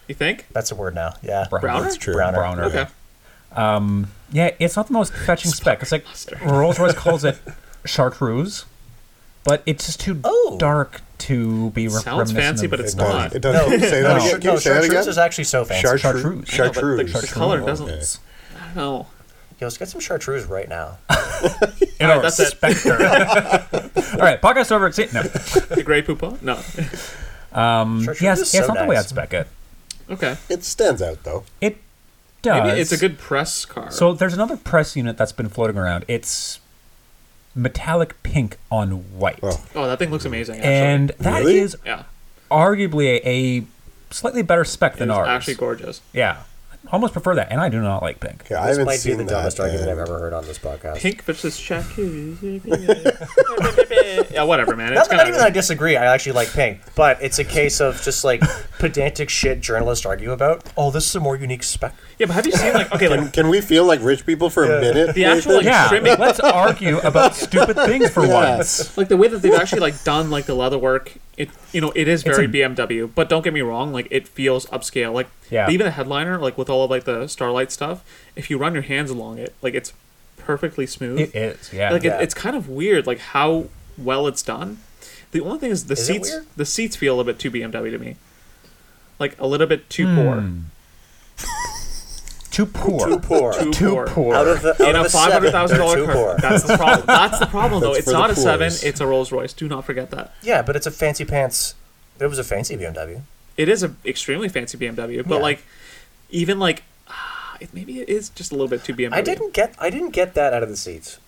Speaker 2: You think?
Speaker 3: That's a word now. Yeah.
Speaker 2: Browner?
Speaker 4: That's true.
Speaker 3: Browner.
Speaker 1: Browner.
Speaker 2: Okay.
Speaker 1: Yeah, it's not the most fetching spec. It's like
Speaker 2: mustard.
Speaker 1: Rolls Royce calls it chartreuse, but it's just too
Speaker 3: Oh.
Speaker 1: dark to be re-
Speaker 2: Sounds
Speaker 1: reminiscent
Speaker 2: fancy,
Speaker 1: of
Speaker 2: but it's
Speaker 4: It
Speaker 1: anything.
Speaker 2: not.
Speaker 4: does. It does. Can you say that
Speaker 3: no,
Speaker 4: again. Can
Speaker 3: no,
Speaker 4: you say that
Speaker 3: chartreuse
Speaker 4: again?
Speaker 3: is actually so fancy.
Speaker 4: Chartreuse.
Speaker 1: Chartreuse. Yeah,
Speaker 2: No, but
Speaker 4: Chartreuse.
Speaker 2: the, the color
Speaker 4: Oh,
Speaker 2: doesn't.
Speaker 4: okay.
Speaker 2: I don't know.
Speaker 3: Yo, let's get some chartreuse right now.
Speaker 1: In
Speaker 2: All right,
Speaker 1: our
Speaker 2: that's it.
Speaker 1: Spectre. All right, podcast over. It's it. No. Um,
Speaker 2: The gray poopa? No. Um,
Speaker 3: Chartreuse
Speaker 1: Yes,
Speaker 3: is
Speaker 1: yeah, it's
Speaker 3: so
Speaker 1: not the way I'd
Speaker 3: nice.
Speaker 1: spec it.
Speaker 2: Okay.
Speaker 4: It stands out though.
Speaker 1: It does.
Speaker 2: Maybe it's a good press card.
Speaker 1: So there's another press unit that's been floating around. It's metallic pink on white,
Speaker 4: Oh.
Speaker 2: oh, that thing looks amazing. Actually.
Speaker 1: and that is
Speaker 4: Really?
Speaker 2: yeah,
Speaker 1: arguably a, a slightly better spec than
Speaker 2: it's
Speaker 1: ours.
Speaker 2: actually gorgeous.
Speaker 1: yeah, I almost prefer that, and I do not like pink.
Speaker 4: Okay, I
Speaker 3: This
Speaker 4: haven't
Speaker 3: might be
Speaker 4: seen
Speaker 3: the
Speaker 4: that. uh,
Speaker 3: dumbest argument I've
Speaker 4: and-
Speaker 3: ever heard on this podcast.
Speaker 2: Pink versus Shaku. yeah, whatever, man. It's
Speaker 3: Not, not
Speaker 2: kind
Speaker 3: even that I
Speaker 2: of
Speaker 3: disagree. I actually like pink, but it's a case of just like pedantic shit journalists argue about. Oh, this is a more unique spec.
Speaker 2: yeah. But have you seen like okay,
Speaker 4: Can,
Speaker 2: like
Speaker 4: can we feel like rich people for a minute?
Speaker 2: the actual like
Speaker 1: Yeah,
Speaker 2: trimming,
Speaker 1: let's argue about stupid things for once.
Speaker 2: like the way that they've actually like done like the leather work. It you know it is very
Speaker 1: a-
Speaker 2: BMW, but don't get me wrong, like it feels upscale. Like
Speaker 1: Yeah.
Speaker 2: even the headliner, like with all of like the starlight stuff, if you run your hands along it, like it's perfectly smooth.
Speaker 1: It is, yeah.
Speaker 2: like
Speaker 3: Yeah.
Speaker 2: it, it's kind of weird like how well it's done the only thing is the
Speaker 3: it
Speaker 2: seats
Speaker 3: weird?
Speaker 2: the seats feel a little bit too bmw to me like a little bit too
Speaker 1: too poor.
Speaker 3: Too
Speaker 2: poor
Speaker 3: poor.
Speaker 2: too,
Speaker 1: Too
Speaker 2: poor,
Speaker 1: poor.
Speaker 3: Out of the out
Speaker 2: in
Speaker 3: of
Speaker 2: a
Speaker 3: the
Speaker 2: five hundred thousand
Speaker 3: seven,
Speaker 2: dollar
Speaker 3: they're too
Speaker 2: car,
Speaker 3: poor.
Speaker 2: that's the problem. That's the problem, though.
Speaker 4: That's
Speaker 2: It's
Speaker 4: for the
Speaker 2: not a seven;
Speaker 4: poors.
Speaker 2: it's a Rolls Royce. Do not forget that.
Speaker 3: Yeah, but it's a fancy pants. It was a fancy BMW.
Speaker 2: It is an extremely fancy BMW, but
Speaker 3: Yeah.
Speaker 2: like, even like, ah, it, maybe it is just a little bit too BMW.
Speaker 3: I didn't get I didn't get that out of the seats.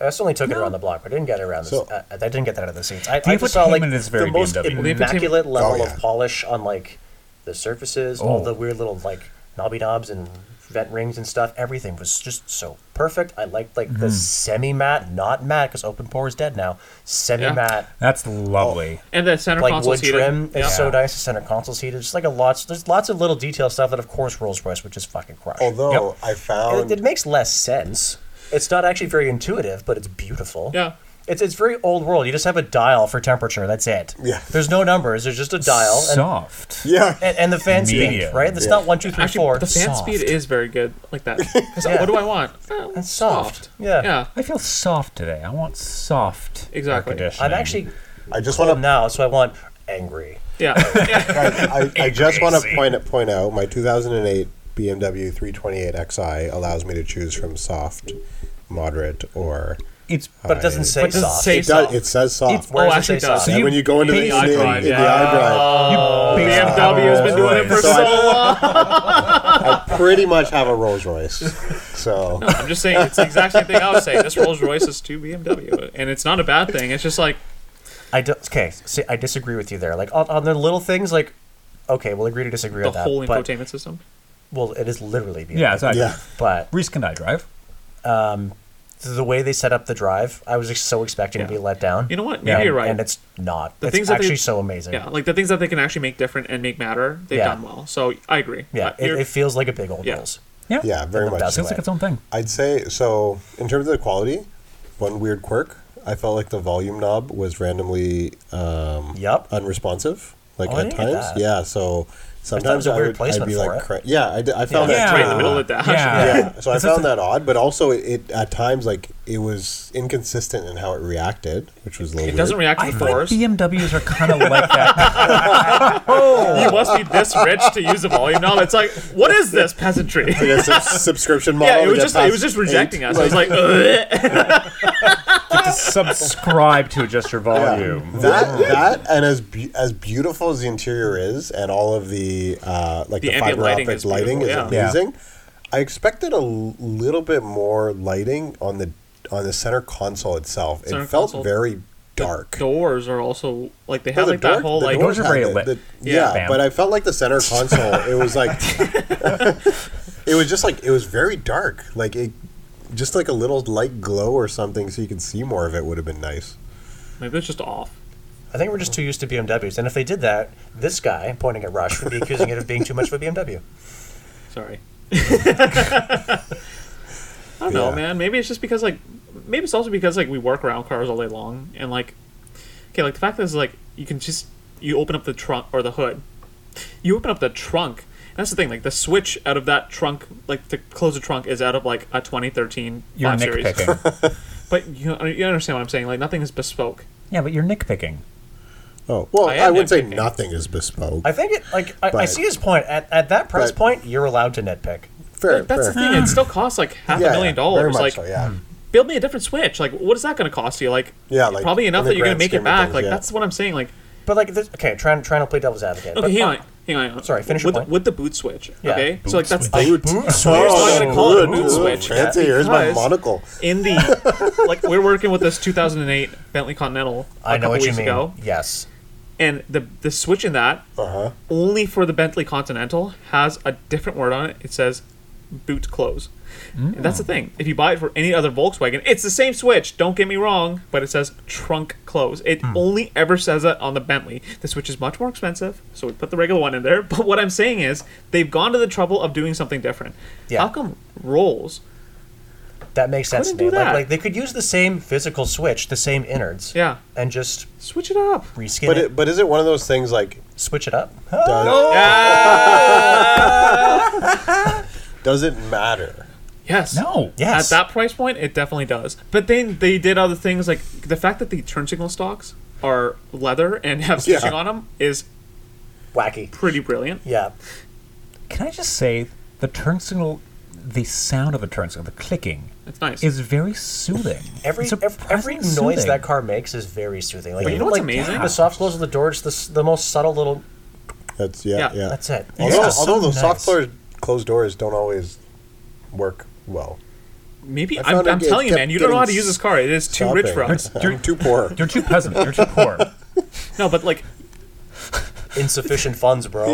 Speaker 3: I just only took it around the block. but I didn't get it around.
Speaker 4: So-
Speaker 3: the, uh, I didn't get that out of the seats. I,
Speaker 1: The
Speaker 3: I just saw like
Speaker 1: infotainment is very
Speaker 3: the most
Speaker 1: BMW.
Speaker 2: The infotainment-
Speaker 3: immaculate level
Speaker 4: Oh, yeah.
Speaker 3: of polish on like the surfaces,
Speaker 1: Oh.
Speaker 3: all the weird little like knobby knobs and vent rings and stuff. Everything was just so perfect. I liked like the semi matte, not matte because open pore is dead now. Semi matte.
Speaker 1: That's lovely.
Speaker 2: And the center
Speaker 3: Like
Speaker 2: console
Speaker 3: wood
Speaker 2: seated.
Speaker 3: trim is
Speaker 2: Yeah.
Speaker 3: so nice. The center console's heated. Just like a lots. There's lots of little detail stuff that, of course, Rolls Royce would just fucking crush.
Speaker 4: Although I
Speaker 3: It,
Speaker 4: found
Speaker 3: it makes less sense. It's not actually very intuitive, but it's beautiful.
Speaker 2: Yeah.
Speaker 3: It's, it's very old world. You just have a dial for temperature. That's it.
Speaker 4: Yeah.
Speaker 3: There's no numbers. There's just a dial. And,
Speaker 1: Soft.
Speaker 4: yeah,
Speaker 3: and, and the fan
Speaker 1: Medium.
Speaker 3: speed, right? That's not one, two, three,
Speaker 2: Actually,
Speaker 3: four.
Speaker 2: the fan
Speaker 3: Soft.
Speaker 2: speed is very good, like that. 'Cause uh,
Speaker 3: Yeah.
Speaker 2: what do I want? Oh,
Speaker 3: It's soft. Yeah.
Speaker 2: Yeah.
Speaker 1: I feel soft today. I want soft. air
Speaker 2: Exactly.
Speaker 1: conditioning.
Speaker 3: I'm actually
Speaker 4: I just
Speaker 3: cold
Speaker 4: want to.
Speaker 3: now, so I want angry.
Speaker 2: Yeah.
Speaker 4: I, I, I just want to point point out my 2008 BMW 328 Xi allows me to choose from soft, moderate, or
Speaker 1: It's
Speaker 3: But it doesn't
Speaker 4: I-
Speaker 3: say
Speaker 2: But does it
Speaker 3: soft.
Speaker 2: say
Speaker 4: It, does,
Speaker 2: soft?
Speaker 4: it says soft.
Speaker 3: Where
Speaker 2: Oh,
Speaker 3: does
Speaker 2: actually
Speaker 3: it
Speaker 2: it
Speaker 3: say
Speaker 2: does.
Speaker 3: soft?
Speaker 4: and when you go into the,
Speaker 1: Hey,
Speaker 4: in the,
Speaker 2: iDrive,
Speaker 4: in the
Speaker 2: yeah.
Speaker 4: iDrive,
Speaker 2: BMW has been doing it for
Speaker 4: So
Speaker 2: so
Speaker 4: I-
Speaker 2: long.
Speaker 4: I pretty much have a Rolls Royce. So
Speaker 2: I'm just saying, it's the exact same thing I was saying. This Rolls Royce is too BMW, and it's not a bad thing. It's just like,
Speaker 3: I do, okay, see, I disagree with you there. Like on, on the little things, like okay, we'll agree to disagree
Speaker 2: the
Speaker 3: on that.
Speaker 2: whole
Speaker 3: but,
Speaker 2: infotainment system.
Speaker 3: Well, it is literally beautiful.
Speaker 1: yeah. Exactly.
Speaker 4: yeah,
Speaker 3: But
Speaker 1: Reese can I drive?
Speaker 3: the way they set up the drive, I was ex- so expecting to
Speaker 2: Yeah.
Speaker 3: be let down.
Speaker 2: You know what? Maybe
Speaker 1: Yeah,
Speaker 2: you're right.
Speaker 3: And it's not.
Speaker 2: The things
Speaker 3: it's
Speaker 2: that they-
Speaker 3: actually so amazing.
Speaker 2: yeah, like the things that they can actually make different and make matter, they've
Speaker 3: Yeah.
Speaker 2: done well. So I agree.
Speaker 3: Yeah,
Speaker 2: Uh,
Speaker 3: it,
Speaker 2: you're-
Speaker 3: it feels like a big old
Speaker 2: Yeah.
Speaker 3: Rolls.
Speaker 1: Yeah.
Speaker 4: yeah, very
Speaker 3: the
Speaker 4: much.
Speaker 3: best
Speaker 4: so.
Speaker 1: Feels like its own thing.
Speaker 4: I'd say so. In terms of the quality, one weird quirk, I felt like the volume knob was randomly um,
Speaker 3: Yup.
Speaker 4: unresponsive. Like
Speaker 3: Oh, I
Speaker 4: at
Speaker 3: didn't get
Speaker 4: times,
Speaker 3: that.
Speaker 4: yeah. So sometimes
Speaker 3: a
Speaker 4: I
Speaker 3: weird
Speaker 4: would, I'd
Speaker 3: placement
Speaker 4: be
Speaker 3: for
Speaker 4: like,
Speaker 3: it.
Speaker 4: cra- yeah, I, d- I found
Speaker 1: Yeah.
Speaker 4: that
Speaker 1: Yeah.
Speaker 2: right
Speaker 4: too
Speaker 2: in the middle of
Speaker 4: odd.
Speaker 2: the dash.
Speaker 1: Yeah.
Speaker 4: Yeah, so I
Speaker 1: It's
Speaker 4: found
Speaker 1: just-
Speaker 4: that odd, but also it, it at times like it was inconsistent in how it reacted, which was a little.
Speaker 2: It doesn't
Speaker 4: weird.
Speaker 2: react
Speaker 1: I
Speaker 2: to
Speaker 1: find
Speaker 2: force. You
Speaker 1: BMWs are kind of like that.
Speaker 2: must be this rich to use a volume knob. It's like, what is this peasantry?
Speaker 4: Like a sub- subscription model.
Speaker 2: Yeah, it
Speaker 4: to
Speaker 2: was
Speaker 4: get
Speaker 2: just it
Speaker 4: past
Speaker 2: was just rejecting
Speaker 4: eight,
Speaker 2: us. It was like, "Ugh."
Speaker 1: Subscribe to adjust your volume.
Speaker 4: That that and as be- as beautiful as the interior is, and all of the uh, like
Speaker 2: The
Speaker 4: the,
Speaker 2: ambient
Speaker 4: fiber
Speaker 2: lighting
Speaker 4: optic
Speaker 2: is
Speaker 4: lighting is
Speaker 2: beautiful,
Speaker 1: yeah.
Speaker 4: amazing. I expected a l- little bit more lighting on the on the center console itself.
Speaker 2: Center
Speaker 4: it felt
Speaker 2: console.
Speaker 4: very dark.
Speaker 2: doors are also like they
Speaker 4: No,
Speaker 2: have
Speaker 4: the
Speaker 2: like
Speaker 4: door-
Speaker 2: that whole
Speaker 4: the
Speaker 2: like
Speaker 1: doors are
Speaker 4: had
Speaker 1: very
Speaker 4: the-
Speaker 1: lit.
Speaker 4: the-
Speaker 2: Yeah.
Speaker 4: yeah,
Speaker 1: Bam.
Speaker 4: but I felt like the center console. It was like it was just like it was very dark. Like it, just like a little light glow or something, so you could see more of it would have been nice.
Speaker 2: maybe it's just off.
Speaker 3: I think we're just too used to BMWs. And if they did that, this guy pointing at Rush would be accusing it of being too much of a BMW.
Speaker 2: Sorry. I don't know,
Speaker 4: Yeah.
Speaker 2: man. Maybe it's just because like maybe it's also because like we work around cars all day long and like okay, like the fact is like you can just you open up the trunk or the hood. You open up the trunk. And that's the thing, like the switch out of that trunk, like to close the trunk is out of like a 2013
Speaker 1: You're
Speaker 2: 5 series.
Speaker 1: nitpicking.
Speaker 2: But you, you understand what I'm saying? Like nothing is bespoke.
Speaker 1: yeah, but you're nitpicking.
Speaker 4: Oh well,
Speaker 2: I
Speaker 4: I,
Speaker 2: am
Speaker 4: wouldn't say
Speaker 2: nitpicking.
Speaker 4: nothing is bespoke.
Speaker 3: I think it, like, I, I
Speaker 4: But-
Speaker 3: see his point. At, at that price
Speaker 4: but-
Speaker 3: point, you're allowed to nitpick.
Speaker 4: fair,
Speaker 2: That's the
Speaker 4: fair.
Speaker 2: thing. It still costs like half
Speaker 4: Yeah,
Speaker 2: a million
Speaker 4: yeah, very
Speaker 2: dollars.
Speaker 4: much
Speaker 2: Like
Speaker 4: so,
Speaker 1: Hmm.
Speaker 4: yeah.
Speaker 2: build me a different Switch. Like, what is that going to cost you? Like,
Speaker 4: Yeah, like,
Speaker 2: probably enough
Speaker 4: in the
Speaker 2: that you're going to make
Speaker 4: grand scheme
Speaker 2: it
Speaker 4: of
Speaker 2: back.
Speaker 4: things,
Speaker 2: like,
Speaker 4: yeah.
Speaker 2: that's what I'm saying. Like,
Speaker 3: But, like, this, okay, trying, trying to play devil's advocate.
Speaker 2: okay,
Speaker 3: but
Speaker 2: hang on, hang on.
Speaker 3: Sorry, finish your
Speaker 2: with,
Speaker 3: point.
Speaker 2: with the boot switch.
Speaker 3: Yeah.
Speaker 2: Okay, so like that's
Speaker 3: switch.
Speaker 2: the
Speaker 3: Boot switch.
Speaker 2: You're not gonna call it a boot
Speaker 4: Ooh,
Speaker 2: switch.
Speaker 4: Fancy. Here's my
Speaker 2: Because-
Speaker 4: monocle.
Speaker 2: in the like we're working with this 2008 Bentley Continental a
Speaker 3: I know
Speaker 2: couple
Speaker 3: what you
Speaker 2: weeks
Speaker 3: mean.
Speaker 2: ago,
Speaker 3: Yes.
Speaker 2: and the the switch in that
Speaker 4: Uh huh.
Speaker 2: only for the Bentley Continental has a different word on it. It says boot close. And that's the thing. If you buy it for any other Volkswagen, it's the same switch. Don't get me wrong, but it says trunk close. It only ever says that on the Bentley. The switch is much more expensive, so we put the regular one in there. But what I'm saying is they've gone to the trouble of doing something different.
Speaker 3: Yeah.
Speaker 2: How come Rolls?
Speaker 3: That makes sense to
Speaker 2: Couldn't
Speaker 3: me.
Speaker 2: do
Speaker 3: Like,
Speaker 2: that.
Speaker 3: like, they could use the same physical switch, the same innards,
Speaker 2: Yeah,
Speaker 3: and just
Speaker 2: switch it up.
Speaker 3: reskin
Speaker 4: But
Speaker 3: it,
Speaker 4: it, but is it one of those things like
Speaker 3: switch it up.
Speaker 2: Oh,
Speaker 4: does, does it matter?
Speaker 2: Yes.
Speaker 1: No.
Speaker 3: Yes.
Speaker 2: At that price point, it definitely does. But then they did other things like the fact that the turn signal stocks are leather and have
Speaker 4: Yeah.
Speaker 2: stitching on 'em on them is
Speaker 3: Wacky.
Speaker 2: pretty brilliant.
Speaker 3: Yeah.
Speaker 1: Can I just say the turn signal, the sound of the turn signal, the clicking,
Speaker 2: It's nice.
Speaker 1: is very soothing.
Speaker 3: Every
Speaker 1: It's
Speaker 3: ev- every
Speaker 1: surprisingly
Speaker 3: noise
Speaker 1: soothing.
Speaker 3: that car makes is very soothing. Like
Speaker 2: But you know
Speaker 3: even,
Speaker 2: what's
Speaker 3: like,
Speaker 2: amazing?
Speaker 3: The soft close of the door is the, s- the most subtle little.
Speaker 4: That's yeah,
Speaker 2: Yeah.
Speaker 4: yeah.
Speaker 3: That's it.
Speaker 4: Although,
Speaker 1: Yeah,
Speaker 4: although
Speaker 1: so
Speaker 4: those soft
Speaker 1: nice.
Speaker 4: closed, closed doors don't always work well.
Speaker 2: Maybe
Speaker 4: I
Speaker 2: I'm,
Speaker 4: found
Speaker 2: I'm
Speaker 4: it- it
Speaker 2: telling you,
Speaker 4: kept
Speaker 2: man. You don't know
Speaker 4: getting
Speaker 2: how to use this car. It is too rich for
Speaker 4: Shopping.
Speaker 2: us.
Speaker 1: You're-
Speaker 4: I'm too poor.
Speaker 1: You're too peasant. You're too poor.
Speaker 2: No, but like,
Speaker 3: Insufficient funds, bro.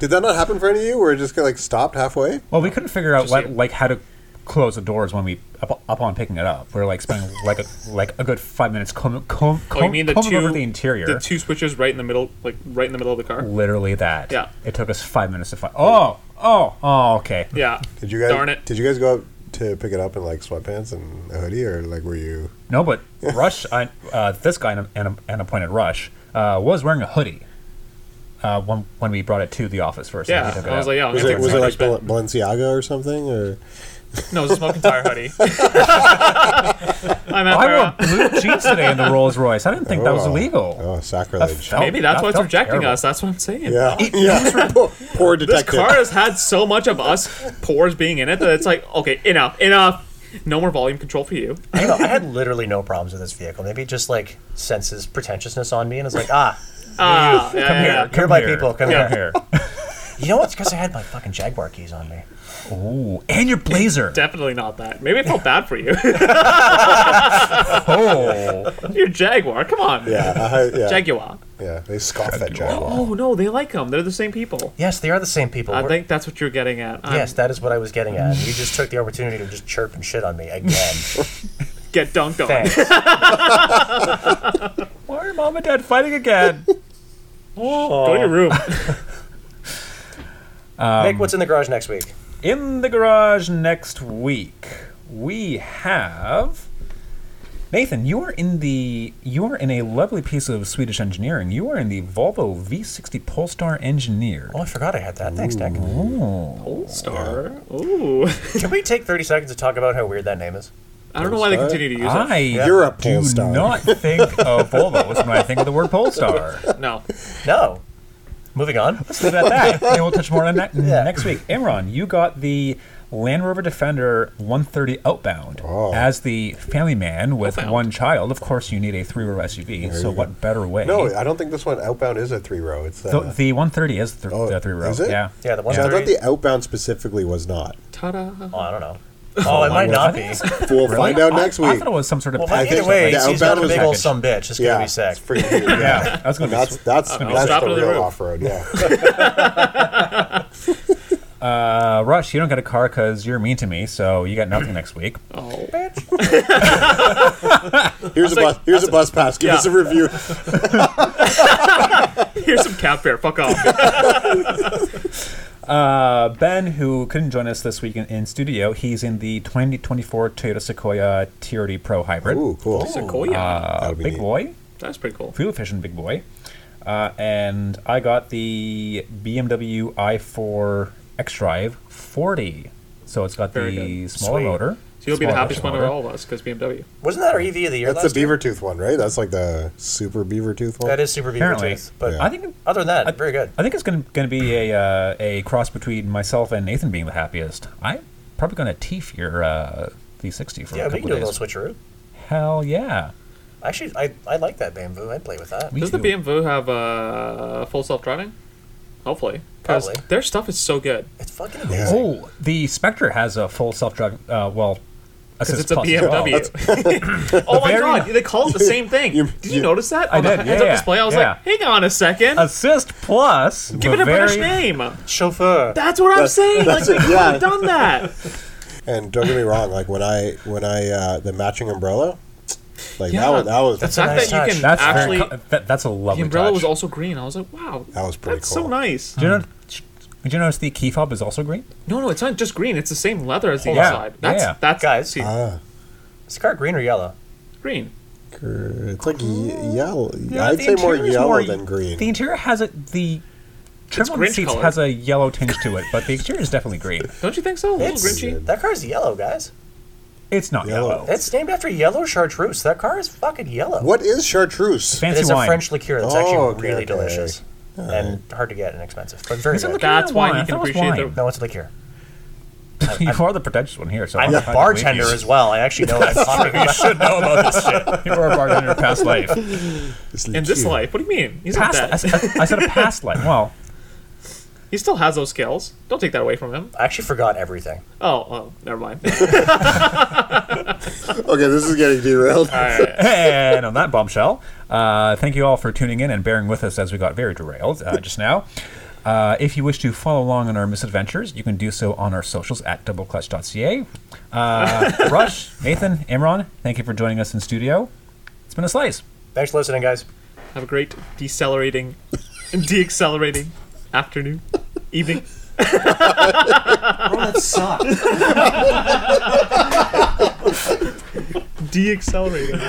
Speaker 4: Did that not happen for any of you? Where it just like stopped halfway?
Speaker 1: Well, we couldn't figure out
Speaker 2: Just
Speaker 1: what,
Speaker 2: here.
Speaker 1: like how to close the doors when we up, up on picking it up. We are like spending like a, like a good five minutes comb, comb,
Speaker 2: oh,
Speaker 1: comb,
Speaker 2: you mean the
Speaker 1: combing
Speaker 2: two
Speaker 1: over the interior.
Speaker 2: the two switches right in the middle, like right in the middle of the car.
Speaker 1: Literally that.
Speaker 2: Yeah.
Speaker 1: It took us five minutes to find. Oh, oh, oh. Okay.
Speaker 2: Yeah.
Speaker 4: Did you guys?
Speaker 2: Darn it.
Speaker 4: Did you guys go up to pick it up in like sweatpants and a hoodie, or like were you?
Speaker 1: No, but Rush, I, uh, this guy and, and, and appointed Rush uh, was wearing a hoodie uh, when when we brought it to the office first. and he
Speaker 2: Yeah.
Speaker 1: took it
Speaker 2: I was
Speaker 1: out.
Speaker 2: like, yeah. I'm
Speaker 4: Was
Speaker 2: gonna
Speaker 4: it,
Speaker 2: take
Speaker 4: was it
Speaker 2: some
Speaker 4: like
Speaker 2: spin.
Speaker 4: Bal- Balenciaga or something? Or
Speaker 2: No, it's a smoking tire hoodie. I'm out
Speaker 1: I wore
Speaker 2: there.
Speaker 1: blue jeans today in the Rolls Royce. I didn't think that was
Speaker 4: Oh.
Speaker 1: illegal.
Speaker 4: oh, sacrilege!
Speaker 1: felt-
Speaker 2: Maybe that's
Speaker 1: that
Speaker 2: what's
Speaker 1: felt
Speaker 2: rejecting
Speaker 1: terrible.
Speaker 2: us. That's what I'm saying.
Speaker 4: yeah, yeah. poor, poor
Speaker 2: This
Speaker 4: detective.
Speaker 2: car has had so much of us pores being in it that it's like, okay, enough, enough. No more volume control for you.
Speaker 3: I, know, I had literally no problems with this vehicle. Maybe it just like senses pretentiousness on me and it's like, ah,
Speaker 2: Ah, yeah,
Speaker 1: Come
Speaker 2: yeah,
Speaker 1: here,
Speaker 2: yeah.
Speaker 1: come
Speaker 3: You're my
Speaker 1: here,
Speaker 3: people,
Speaker 1: come
Speaker 3: come here.
Speaker 1: here.
Speaker 3: you know what? It's because I had my fucking Jaguar keys on me.
Speaker 1: Ooh, and your blazer.
Speaker 2: Definitely not that. Maybe I felt bad for you.
Speaker 1: Oh,
Speaker 2: You're Jaguar. Come on.
Speaker 4: Yeah, I, yeah,
Speaker 2: Jaguar.
Speaker 4: yeah. They scoff at Jaguar.
Speaker 2: Oh no, they like them. They're the same people.
Speaker 3: Yes, they are the same people.
Speaker 2: I
Speaker 3: We're-
Speaker 2: think that's what you're getting at. I'm-
Speaker 3: yes, that is what I was getting at. You just took the opportunity to just chirp and shit on me again.
Speaker 2: Get dunked on.
Speaker 3: Thanks.
Speaker 1: why are mom and dad fighting again?
Speaker 2: Go to your room.
Speaker 1: Um,
Speaker 3: Nick, what's in the garage next week?
Speaker 1: In the garage next week, we have Nathan. You are in the you are in a lovely piece of Swedish engineering. You are in the Volvo V60 Polestar Engineer.
Speaker 3: Oh, I forgot I had that. Thanks, Nick.
Speaker 2: Old star. Ooh.
Speaker 3: Can we take 30 seconds to talk about how weird that name is?
Speaker 2: I don't know why they
Speaker 4: Star?
Speaker 2: continue to use
Speaker 1: I
Speaker 4: You're a
Speaker 1: do
Speaker 4: Polestar.
Speaker 1: not think of Volvos when I think of the word Polestar.
Speaker 2: it. No.
Speaker 3: No. Moving on.
Speaker 1: Let's leave it at that. And we'll touch more on that
Speaker 3: Yeah.
Speaker 1: next week. Imran, you got the Land Rover Defender 130 Outbound
Speaker 4: Oh.
Speaker 1: as the family man with
Speaker 2: Outbound.
Speaker 1: one child. Of course, you need a three-row SUV. so
Speaker 4: you go.
Speaker 1: what better way?
Speaker 4: No, I don't think this one outbound is a three row. It's uh,
Speaker 1: The, the 130 is th-
Speaker 4: Oh,
Speaker 1: the three row.
Speaker 4: is it?
Speaker 1: Yeah.
Speaker 3: Yeah, the
Speaker 4: See, I
Speaker 3: 130.
Speaker 4: thought the outbound specifically was not.
Speaker 2: Ta-da.
Speaker 3: Oh, I don't know. Oh, it might not be.
Speaker 4: We'll
Speaker 1: Really?
Speaker 4: find out
Speaker 1: I-
Speaker 4: next
Speaker 1: I
Speaker 4: week.
Speaker 1: thought it was some sort of
Speaker 3: Well,
Speaker 1: package
Speaker 3: either
Speaker 1: or
Speaker 3: way,
Speaker 1: something.
Speaker 4: Yeah,
Speaker 3: he's got a
Speaker 4: Outbound
Speaker 3: big
Speaker 4: was-
Speaker 3: old some bitch. It's
Speaker 4: yeah,
Speaker 3: gonna be sick.
Speaker 4: it's freaking weird, yeah.
Speaker 1: Yeah, that's going to be
Speaker 4: That's that's
Speaker 2: I'll
Speaker 4: that's
Speaker 2: stop
Speaker 4: the
Speaker 2: it on the
Speaker 4: real
Speaker 2: road.
Speaker 4: off road. Yeah.
Speaker 1: uh, Rush, you don't get a car because you're mean to me, so you got nothing next week.
Speaker 2: Oh.
Speaker 4: Here's a
Speaker 2: like,
Speaker 4: bus. Here's
Speaker 2: that's
Speaker 4: a bus pass. Give
Speaker 2: yeah.
Speaker 4: us a review.
Speaker 2: Here's some cat fare. Fuck off.
Speaker 1: Uh, ben, who couldn't join us this week in, in studio, he's in the 2024 Toyota Sequoia TRD Pro Hybrid.
Speaker 4: Ooh, cool.
Speaker 2: Sequoia.
Speaker 1: Uh,
Speaker 4: That'll be
Speaker 1: big
Speaker 4: neat.
Speaker 1: boy,
Speaker 2: That's pretty cool.
Speaker 1: fuel efficient big boy. Uh, and I got the BMW i4 xDrive 40. So it's got
Speaker 2: Very
Speaker 1: the
Speaker 2: good.
Speaker 1: smaller
Speaker 3: Sweet.
Speaker 1: motor.
Speaker 2: So you'll be the
Speaker 1: smaller
Speaker 2: happiest one of
Speaker 1: motor.
Speaker 2: all of us because BMW.
Speaker 3: Wasn't that our EV of the year
Speaker 4: That's
Speaker 3: last
Speaker 4: the beaver tooth one, right? That's like the super beaver tooth one.
Speaker 3: year? That is super beaver
Speaker 1: Apparently,
Speaker 3: tooth. But
Speaker 1: I think
Speaker 3: other than that, very good.
Speaker 1: I think it's going to be a uh, a cross between myself and Nathan being the happiest. I'm probably going to teef your uh, V60 for
Speaker 3: Yeah,
Speaker 1: a
Speaker 3: we
Speaker 1: couple
Speaker 3: can do a
Speaker 1: days.
Speaker 3: little switcheroo.
Speaker 1: Hell yeah!
Speaker 3: Actually, I, I like that bamboo. I'd play with that.
Speaker 1: Me
Speaker 2: Does
Speaker 1: too.
Speaker 2: the BMW have uh, full self driving? Hopefully, because
Speaker 3: Probably.
Speaker 2: their stuff is so good.
Speaker 3: It's fucking
Speaker 4: Yeah.
Speaker 3: amazing.
Speaker 1: Oh, the Spectre has a full self-driving. Uh, well,
Speaker 2: Because
Speaker 1: assist
Speaker 2: it's a
Speaker 1: plus as well.
Speaker 2: BMW. oh my
Speaker 1: very
Speaker 2: god, they call it the same thing.
Speaker 4: you-
Speaker 2: did you,
Speaker 4: you-
Speaker 2: notice that?
Speaker 1: I
Speaker 2: on
Speaker 1: did,
Speaker 2: The
Speaker 1: yeah,
Speaker 2: heads-up
Speaker 1: yeah,
Speaker 2: display, I was
Speaker 1: yeah.
Speaker 2: like, hang on a second.
Speaker 1: Assist plus.
Speaker 2: Give it a British
Speaker 1: Bavarian-
Speaker 2: name.
Speaker 3: Chauffeur.
Speaker 2: That's what I'm
Speaker 4: That's-
Speaker 2: saying. Like
Speaker 4: that's
Speaker 2: they
Speaker 4: it,
Speaker 2: could
Speaker 4: yeah.
Speaker 2: have done that.
Speaker 4: And don't get me wrong, like when I when I uh, the matching umbrella, like
Speaker 2: Yeah.
Speaker 4: that was that was
Speaker 3: That's
Speaker 4: that
Speaker 2: The fact
Speaker 3: nice
Speaker 2: that you
Speaker 3: touch.
Speaker 2: can
Speaker 1: That's
Speaker 2: actually
Speaker 1: very, co- that, that's a
Speaker 2: the
Speaker 1: lovely
Speaker 2: umbrella
Speaker 1: touch.
Speaker 2: was also green. I was like, wow,
Speaker 4: was pretty
Speaker 2: that's
Speaker 4: cool.
Speaker 2: so nice.
Speaker 1: Did you, know,
Speaker 4: Hmm.
Speaker 1: did you notice the key fob is also green?
Speaker 2: No, no, it's not just green. It's the same leather as the
Speaker 1: Yeah,
Speaker 2: inside. That's
Speaker 1: yeah.
Speaker 2: that's
Speaker 3: Guys.
Speaker 2: see,
Speaker 4: Ah,
Speaker 3: Is the car green or yellow?
Speaker 2: green.
Speaker 4: gr- it's like ye- yellow.
Speaker 1: Yeah,
Speaker 4: I'd
Speaker 1: the
Speaker 4: say more
Speaker 1: interior is
Speaker 4: yellow
Speaker 1: more-
Speaker 4: than green.
Speaker 1: The interior has a the trim
Speaker 2: It's
Speaker 1: on the
Speaker 2: Grinch
Speaker 1: seats
Speaker 2: colored.
Speaker 1: has a yellow tinge to it, but the exterior is definitely green.
Speaker 2: Don't you think so? A little
Speaker 3: It's-
Speaker 2: grinchy.
Speaker 3: That car's yellow, guys.
Speaker 1: It's not
Speaker 4: Yellow.
Speaker 1: yellow.
Speaker 3: It's named after yellow chartreuse. That car is fucking yellow.
Speaker 4: what is chartreuse?
Speaker 1: Fancy
Speaker 3: It's
Speaker 1: wine.
Speaker 3: a French liqueur that's
Speaker 4: Oh,
Speaker 3: actually
Speaker 4: okay,
Speaker 3: really
Speaker 4: okay.
Speaker 3: delicious and hard to get and expensive, but very
Speaker 1: Is it
Speaker 3: good.
Speaker 1: liqueur
Speaker 2: That's
Speaker 1: or
Speaker 2: why
Speaker 1: wine? I
Speaker 2: you can
Speaker 1: thought it was
Speaker 2: appreciate
Speaker 1: wine.
Speaker 3: no, it's liqueur.
Speaker 1: you are the pretentious one here, so
Speaker 3: I'm
Speaker 1: I'll
Speaker 3: a
Speaker 1: have to
Speaker 3: bartender
Speaker 1: believe
Speaker 3: as well. I actually know what I'm talking about.
Speaker 1: You should know about this shit. You were a bartender in a past life.
Speaker 4: It's
Speaker 2: In this
Speaker 4: liqueur.
Speaker 2: life, what do you mean? He's not
Speaker 1: Past, I,
Speaker 2: that.
Speaker 1: s- I said a past life. Well,
Speaker 2: He still has those skills. Don't take that away from him.
Speaker 3: I actually forgot everything.
Speaker 2: Oh, well, never mind.
Speaker 4: Okay, this is getting derailed.
Speaker 1: and on that bombshell, uh, thank you all for tuning in and bearing with us as we got very derailed uh, just now. Uh, if you wish to follow along on our misadventures, you can do so on our socials at doubleclutch.ca. Uh, Rush, Nathan, Imran, thank you for joining us in studio. It's been a slice.
Speaker 3: Thanks for listening, guys.
Speaker 2: Have a great decelerating, deaccelerating afternoon, evening.
Speaker 3: that sucked.
Speaker 2: Deaccelerating.